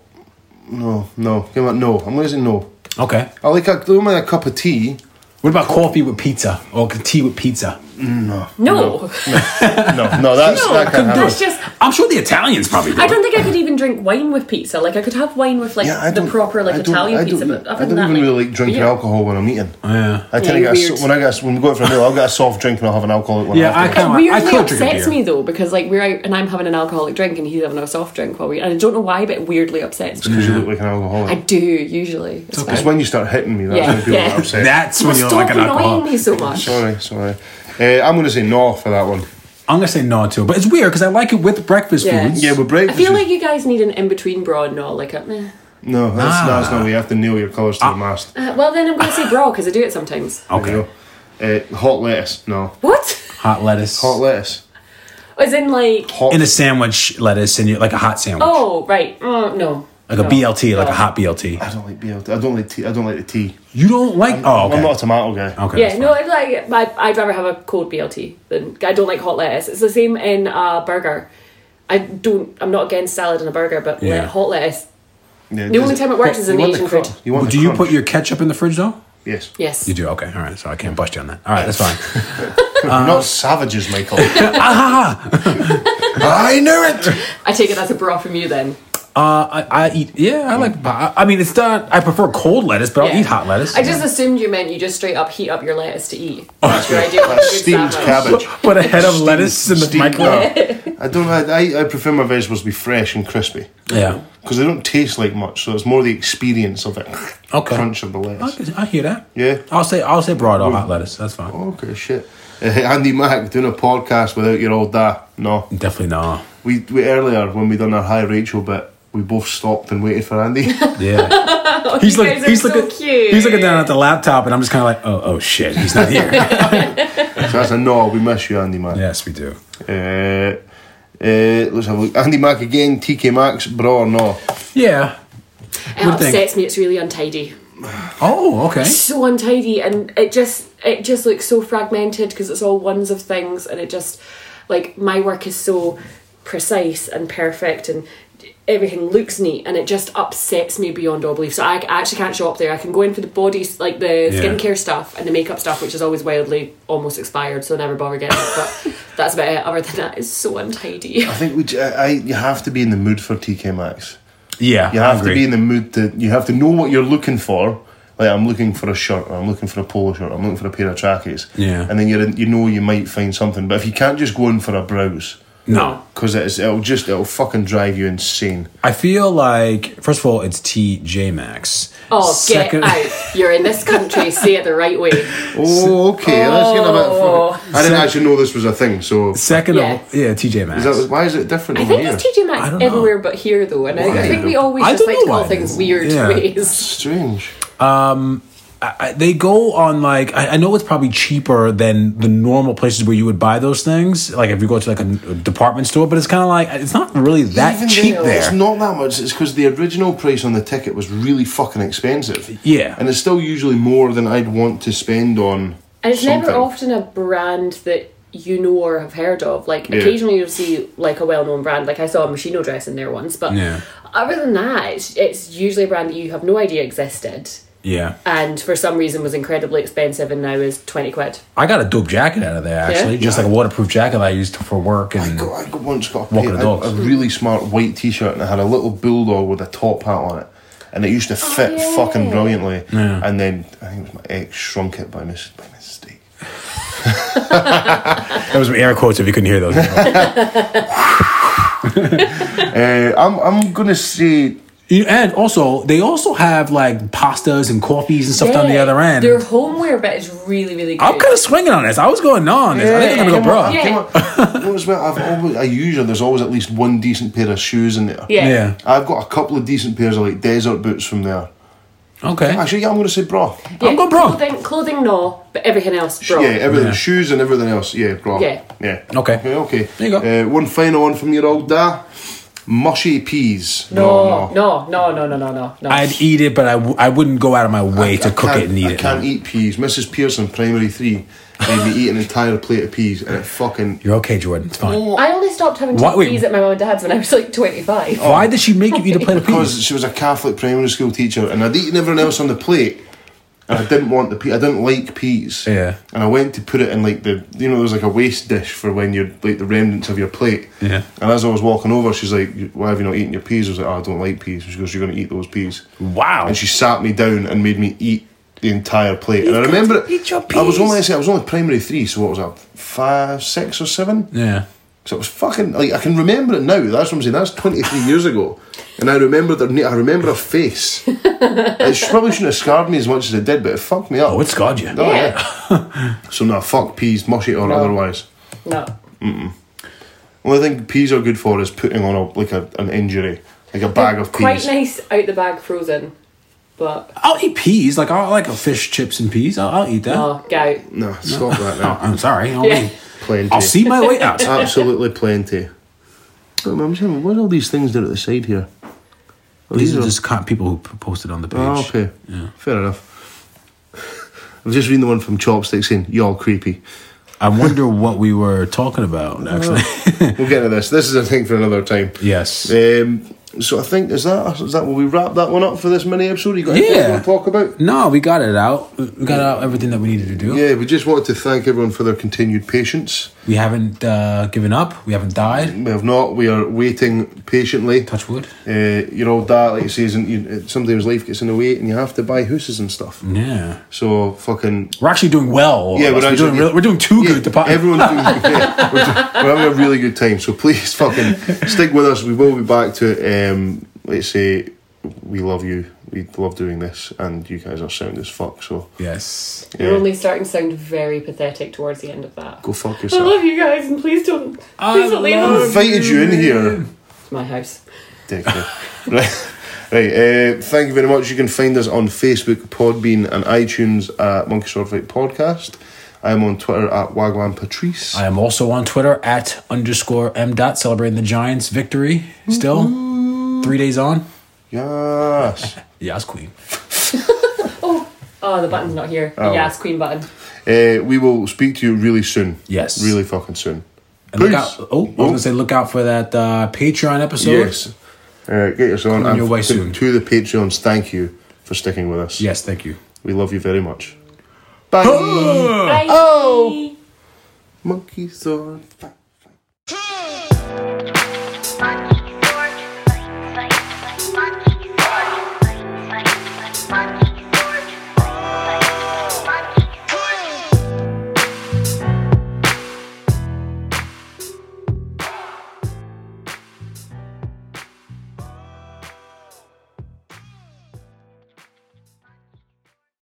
Speaker 1: No, no, come on, no. I'm gonna say no.
Speaker 2: Okay.
Speaker 1: I like a, I don't mind a cup of tea.
Speaker 2: What about coffee with pizza or tea with pizza?
Speaker 3: <laughs> No,
Speaker 1: No, no, that's
Speaker 3: No, I
Speaker 1: that can't
Speaker 2: couldn't do
Speaker 1: happen.
Speaker 3: it's just.
Speaker 2: I'm sure the Italians probably do.
Speaker 3: I don't think I could even drink wine with pizza. Like I could have wine with like
Speaker 1: Yeah, I
Speaker 3: the
Speaker 1: don't-
Speaker 3: proper like
Speaker 1: I don't-
Speaker 3: Italian
Speaker 1: I
Speaker 3: pizza,
Speaker 1: don't, e-
Speaker 3: but
Speaker 1: I
Speaker 3: other
Speaker 1: don't
Speaker 3: than that,
Speaker 1: even
Speaker 3: like,
Speaker 1: really like drinking
Speaker 3: yeah.
Speaker 1: alcohol when I'm eating.
Speaker 2: Yeah.
Speaker 1: I tend
Speaker 3: Yeah,
Speaker 1: to get a,
Speaker 3: weird.
Speaker 1: so- when I get a- when we go out for a meal, I'll get a soft drink and I'll have an alcoholic one.
Speaker 2: Yeah, I
Speaker 1: afterwards.
Speaker 2: can't-
Speaker 3: It
Speaker 2: I- I
Speaker 3: weirdly
Speaker 2: could drink a
Speaker 3: upsets
Speaker 2: beer.
Speaker 3: me though because like we're out and I'm having an alcoholic drink and he's having a soft drink while we and I don't know why but it weirdly upsets me.
Speaker 1: because you look like an alcoholic.
Speaker 3: I do usually. It's
Speaker 1: it's
Speaker 3: fine.
Speaker 1: when you start hitting me that's
Speaker 3: Yeah,
Speaker 1: when people
Speaker 3: yeah.
Speaker 1: get upset.
Speaker 2: That's when
Speaker 3: Well,
Speaker 2: you're
Speaker 3: stop
Speaker 2: like an
Speaker 3: annoying
Speaker 2: alcoholic.
Speaker 3: me so much.
Speaker 1: sorry, sorry. Uh, I'm gonna say no for that one.
Speaker 2: I'm gonna say no to it, but it's weird because I like it with breakfast
Speaker 3: Yeah.
Speaker 2: foods.
Speaker 1: Yeah, but breakfast.
Speaker 3: I feel
Speaker 1: is-
Speaker 3: like you guys need an in between bra and not like a meh.
Speaker 1: No, that's,
Speaker 2: Nah.
Speaker 1: no, that's not. You have to nail your colours to the mast.
Speaker 3: Uh, well then I'm gonna say bra because I do it sometimes.
Speaker 2: Okay.
Speaker 1: You know? Uh, hot lettuce. No.
Speaker 3: What? <laughs>
Speaker 2: Hot lettuce
Speaker 1: Hot lettuce.
Speaker 3: As in like
Speaker 1: Hot.
Speaker 2: in a sandwich, lettuce, and you like a hot sandwich,
Speaker 3: oh right mm, no
Speaker 2: like a
Speaker 3: No.
Speaker 2: BLT, like
Speaker 3: No.
Speaker 2: a hot BLT.
Speaker 1: I don't like beer. I don't like tea. I don't like the tea.
Speaker 2: You don't like? oh, okay.
Speaker 1: I'm not a tomato guy.
Speaker 2: okay.
Speaker 3: Yeah,
Speaker 2: that's
Speaker 3: no,
Speaker 2: fine.
Speaker 3: I'd like I, I'd rather have a cold BLT than I don't like hot lettuce. It's the same in a burger. I don't. I'm not against salad in a burger, but le-
Speaker 2: Yeah.
Speaker 3: hot lettuce.
Speaker 1: Yeah,
Speaker 3: The only time it works is in
Speaker 1: you
Speaker 3: the
Speaker 1: want
Speaker 3: Asian
Speaker 1: crunch.
Speaker 3: food.
Speaker 1: You want
Speaker 2: Well,
Speaker 1: the
Speaker 2: do you
Speaker 1: crunch.
Speaker 2: put your ketchup in the fridge though?
Speaker 1: yes?
Speaker 3: Yes.
Speaker 2: You do. Okay. All right. So I can't bust you on that. All right. That's fine. <laughs>
Speaker 1: You're not savages, Michael. I knew it.
Speaker 3: I take it as a bra from you then.
Speaker 2: Uh, I, I eat. Yeah, I like. I, I mean, it's not. I prefer cold lettuce, but I'll
Speaker 3: Yeah.
Speaker 2: eat hot lettuce. Oh,
Speaker 3: I just assumed you meant you just straight up heat up your lettuce to eat. That's your idea. of
Speaker 2: <laughs>
Speaker 3: a good
Speaker 1: Steamed
Speaker 3: sandwich.
Speaker 1: cabbage.
Speaker 2: put a head of lettuce in the
Speaker 1: Steamed-
Speaker 2: microwave.
Speaker 1: no. I don't. I, I I prefer my vegetables to be fresh and crispy
Speaker 2: Yeah.
Speaker 1: because they don't taste like much. So it's more the experience of it.
Speaker 2: Okay.
Speaker 1: Crunch of the lettuce.
Speaker 2: I, can- I hear that.
Speaker 1: Yeah.
Speaker 2: I'll say. I'll say broad or hot lettuce. That's fine.
Speaker 1: Okay, shit. Uh, Andy Mack doing a podcast without your old dad. No,
Speaker 2: Definitely
Speaker 3: <laughs>
Speaker 2: no.
Speaker 1: we we earlier when we done our hi Rachel bit, we both stopped and waited for Andy.
Speaker 2: Yeah. he's
Speaker 3: you
Speaker 2: like.
Speaker 3: guys are
Speaker 2: he's
Speaker 3: so
Speaker 2: looking.
Speaker 3: cute.
Speaker 2: He's looking down at the laptop, and I'm just kind of like, oh, oh shit, he's <laughs> not here.
Speaker 1: so that's a no. We miss you, Andy Mack.
Speaker 2: yes, we do.
Speaker 1: Uh, Uh, let's have a look. Andy Mack again, TK Maxx, bra or no?
Speaker 2: Yeah.
Speaker 3: It
Speaker 2: What do you think?
Speaker 3: upsets me. It's really untidy.
Speaker 2: Oh, okay.
Speaker 3: so untidy and it just it just looks so fragmented because it's all ones of things and it just like my work is so precise and perfect and everything looks neat and it just upsets me beyond all belief so I actually can't show up there I can go in for the body like the
Speaker 2: Yeah.
Speaker 3: skincare stuff and the makeup stuff which is always wildly almost expired so I never bother getting it
Speaker 2: <laughs>
Speaker 3: but that's about it other than that it's so untidy
Speaker 1: I think we, j- I, I- you have to be in the mood for TK Maxx.
Speaker 2: Yeah,
Speaker 1: You
Speaker 2: I
Speaker 1: have to
Speaker 2: agree.
Speaker 1: be in the mood to. You have to know what you're looking for. Like I'm looking for a shirt, or I'm looking for a polo shirt, or I'm looking for a pair of trackies.
Speaker 2: Yeah.
Speaker 1: And then you're in, you know you might find something, but if you can't just go in for a browse,
Speaker 2: no.
Speaker 1: because it's it'll just it'll fucking drive you insane.
Speaker 2: I feel like first of all, it's TJ Maxx.
Speaker 3: oh
Speaker 2: Second-
Speaker 3: get out you're in this country say it the right way
Speaker 1: Oh, okay. That's getting a
Speaker 3: Oh.
Speaker 1: bit. Fucking, I didn't actually know this was a thing. So is
Speaker 2: <laughs> Second
Speaker 3: Yeah.
Speaker 2: of yeah, TJ Maxx.
Speaker 1: that, why is it different
Speaker 3: I
Speaker 1: over
Speaker 3: think
Speaker 1: here?
Speaker 3: it's TJ
Speaker 2: I
Speaker 3: Maxx
Speaker 2: don't know.
Speaker 3: everywhere but here though, and I, I think we always
Speaker 2: I
Speaker 3: just
Speaker 2: don't
Speaker 3: like to
Speaker 2: know
Speaker 3: call
Speaker 2: why.
Speaker 3: things weird
Speaker 2: Yeah.
Speaker 3: ways.
Speaker 1: Strange.
Speaker 2: I- I- they go on like I, I know it's probably cheaper than the normal places where you would buy those things. Like if you go to like a, a department store, but it's kind of like it's not really that
Speaker 1: Even
Speaker 2: cheap
Speaker 1: though
Speaker 2: there.
Speaker 1: It's not that much. It's because the original price on the ticket was really fucking expensive.
Speaker 2: Yeah.
Speaker 1: and it's still usually more than I'd want to spend on.
Speaker 3: And it's never
Speaker 1: something.
Speaker 3: often a brand that you know or have heard of. Like
Speaker 1: Yeah.
Speaker 3: occasionally you'll see like a well-known brand. Like I saw a Machino dress in there once, but
Speaker 2: Yeah.
Speaker 3: other than that, it's, it's usually a brand that you have no idea existed,
Speaker 2: yeah,
Speaker 3: and for some reason was incredibly expensive, and now is twenty quid.
Speaker 2: I got a dope jacket out of there actually, just like a waterproof jacket that I used for work and
Speaker 1: God, I got- once got a,
Speaker 2: Walking
Speaker 1: pair-
Speaker 2: the dogs.
Speaker 1: a, a really smart white T-shirt and it had a little bulldog with a top hat on it, and it used to fit
Speaker 3: Oh, yeah.
Speaker 1: fucking brilliantly. And then I think it was my ex shrunk it by, mis- by mistake.
Speaker 2: that was air quotes if you couldn't hear those. <laughs>
Speaker 1: Uh, I'm I'm gonna say
Speaker 2: You- and also they also have like pastas and coffees and stuff down the
Speaker 3: Yeah.
Speaker 2: other end.
Speaker 3: their homeware bit is really really good.
Speaker 2: I'm kind of swinging on this. I was going on this. I think I'm gonna
Speaker 1: come
Speaker 2: go, bro.
Speaker 1: on, come on. You know, as well, I've always, I usually there's always at least one decent pair of shoes in there.
Speaker 3: yeah.
Speaker 2: Yeah.
Speaker 1: I've got a couple of decent pairs of like desert boots from there.
Speaker 2: Okay.
Speaker 1: Actually, yeah, I'm going to say bra.
Speaker 3: Yeah,
Speaker 2: I'm going bra.
Speaker 3: Clothing, clothing, no, but everything else, bra.
Speaker 1: Yeah, everything,
Speaker 2: Yeah.
Speaker 1: shoes and everything else. Yeah, bra.
Speaker 3: Yeah.
Speaker 1: Yeah.
Speaker 2: Okay.
Speaker 1: Okay. okay.
Speaker 2: There you go.
Speaker 1: Uh, one final one from your old da. Mushy peas.
Speaker 3: No, no, no, no, no, no, no, no.
Speaker 2: I'd eat it, but I w- I wouldn't go out of my way to cook
Speaker 1: can't-
Speaker 2: it and eat
Speaker 1: I
Speaker 2: it.
Speaker 1: can't eat peas. Mrs. Pearson, primary three, made me eat an entire plate of peas, and it fucking.
Speaker 2: You're okay, Jordan. It's fine.
Speaker 3: I only stopped having
Speaker 2: What- wait.
Speaker 3: TVs at my mum and dad's when I was like 25.
Speaker 2: Why did she make you eat a plate of peas?
Speaker 1: Oh. Because she was a Catholic primary school teacher, and I'd eaten everything else on the plate, and I didn't want the peas. I didn't like peas.
Speaker 2: Yeah.
Speaker 1: And I went to put it in like the you know there's like a waste dish for when you're like the remnants of your plate.
Speaker 2: Yeah.
Speaker 1: And as I was walking over, she's like, "You- "Why have you not eaten your peas?" I was like, "Oh, I don't like peas." She goes, "You're going to eat those peas."
Speaker 2: Wow.
Speaker 1: And she sat me down and made me eat the entire plate. and I
Speaker 2: got
Speaker 1: remember
Speaker 2: to eat your
Speaker 1: I was only I
Speaker 2: peas.
Speaker 1: say I was only primary three, so what was that? Five, six, or seven?
Speaker 2: Yeah.
Speaker 1: So it was fucking like I can remember it now. That's what I'm saying. That's 23 <laughs> years ago, and I remember their. na- I remember her
Speaker 3: <laughs>
Speaker 1: face. it sh- probably shouldn't have scarred me as much as it did, but it fucked me up.
Speaker 2: Oh, it scarred you.
Speaker 1: <laughs> Oh,
Speaker 3: Yeah.
Speaker 2: <laughs>
Speaker 1: so now fuck peas, mush it or otherwise.
Speaker 3: No.
Speaker 1: Only thing peas are good for is putting on a like a, an injury, like a bag of
Speaker 3: Quite
Speaker 1: peas.
Speaker 3: nice out the bag frozen, but
Speaker 2: I'll eat peas. Like I like a fish, chips, and peas. I'll, I'll eat that.
Speaker 3: oh, gout.
Speaker 1: No, stop that
Speaker 2: Oh,
Speaker 1: now.
Speaker 2: I'm sorry. <laughs> I'll,
Speaker 3: Yeah.
Speaker 1: Plenty.
Speaker 2: I'll see my
Speaker 1: <laughs>
Speaker 2: way out.
Speaker 1: Absolutely plenty. But I'm saying, what are all these things down at the side here? Oh,
Speaker 2: These are just kind of people who p- posted on the page.
Speaker 1: Oh, okay. Fair enough. <laughs> I've just reading the one from Chopstick saying, y'all creepy.
Speaker 2: I wonder what we were talking
Speaker 1: Oh.
Speaker 2: about. Actually, <laughs>
Speaker 1: We'll get to this. This is a thing for another time.
Speaker 2: yes.
Speaker 1: Um, so I think, is that, is that, will we wrap that one up for this mini episode? You got
Speaker 2: Yeah.
Speaker 1: anything you want to talk about?
Speaker 2: No, we got it out. We got out everything that we needed to do.
Speaker 1: Yeah, we just wanted to thank everyone for their continued patience.
Speaker 2: We haven't uh, given up. We haven't died.
Speaker 1: We have not, we are waiting patiently.
Speaker 2: Touch wood.
Speaker 1: Uh, you know, that, like it says, and you, sometimes life gets in the way and you have to buy houses and stuff.
Speaker 2: Yeah.
Speaker 1: So, fucking,
Speaker 2: We're actually doing well. all
Speaker 1: Yeah,
Speaker 2: of
Speaker 1: we're
Speaker 2: us. we're,
Speaker 1: actually-
Speaker 2: doing real- we're doing too
Speaker 1: Yeah,
Speaker 2: good to pop.
Speaker 1: Everyone's
Speaker 2: <laughs>
Speaker 1: doing, yeah, we're, do- we're having a really good time. So please <laughs> fucking stick with us. We will be back to it. Um, let's say we love you. We love doing this, and you guys are sound as fuck. So
Speaker 2: yes.
Speaker 3: You're
Speaker 1: Yeah.
Speaker 3: only starting to sound very pathetic towards the end of that.
Speaker 1: go fuck
Speaker 3: I
Speaker 1: yourself.
Speaker 3: love you guys, and please don't, please don't leave
Speaker 2: love
Speaker 1: I
Speaker 3: us.
Speaker 1: invited you in here.
Speaker 3: It's my house.
Speaker 1: Dickhead. <laughs> right. Right, uh, thank you very much. You can find us on Facebook, Podbean, and iTunes at Monkey Sword Fight Podcast. I'm on Twitter at Wagwan Patrice.
Speaker 2: I am also on Twitter at underscore m dot celebrating the Giants' victory. Still, three days on.
Speaker 1: Yes.
Speaker 2: Yes, Queen.
Speaker 3: Oh, the button's not here. Yes, Queen button.
Speaker 1: Eh, we will speak to you really soon.
Speaker 2: Yes.
Speaker 1: Really fucking soon.
Speaker 2: And look
Speaker 1: Peace. Oh,
Speaker 2: out! Oh, I was gonna say look out for that uh, Patreon episode.
Speaker 1: Yes. Uh, get yours on.
Speaker 2: on your way
Speaker 1: to,
Speaker 2: soon.
Speaker 1: To the Patreons, thank you for sticking with us.
Speaker 2: Yes, thank you.
Speaker 1: We love you very
Speaker 2: <gasps>
Speaker 1: much. Bye.
Speaker 3: Bye.
Speaker 1: Oh! Monkeys on fire.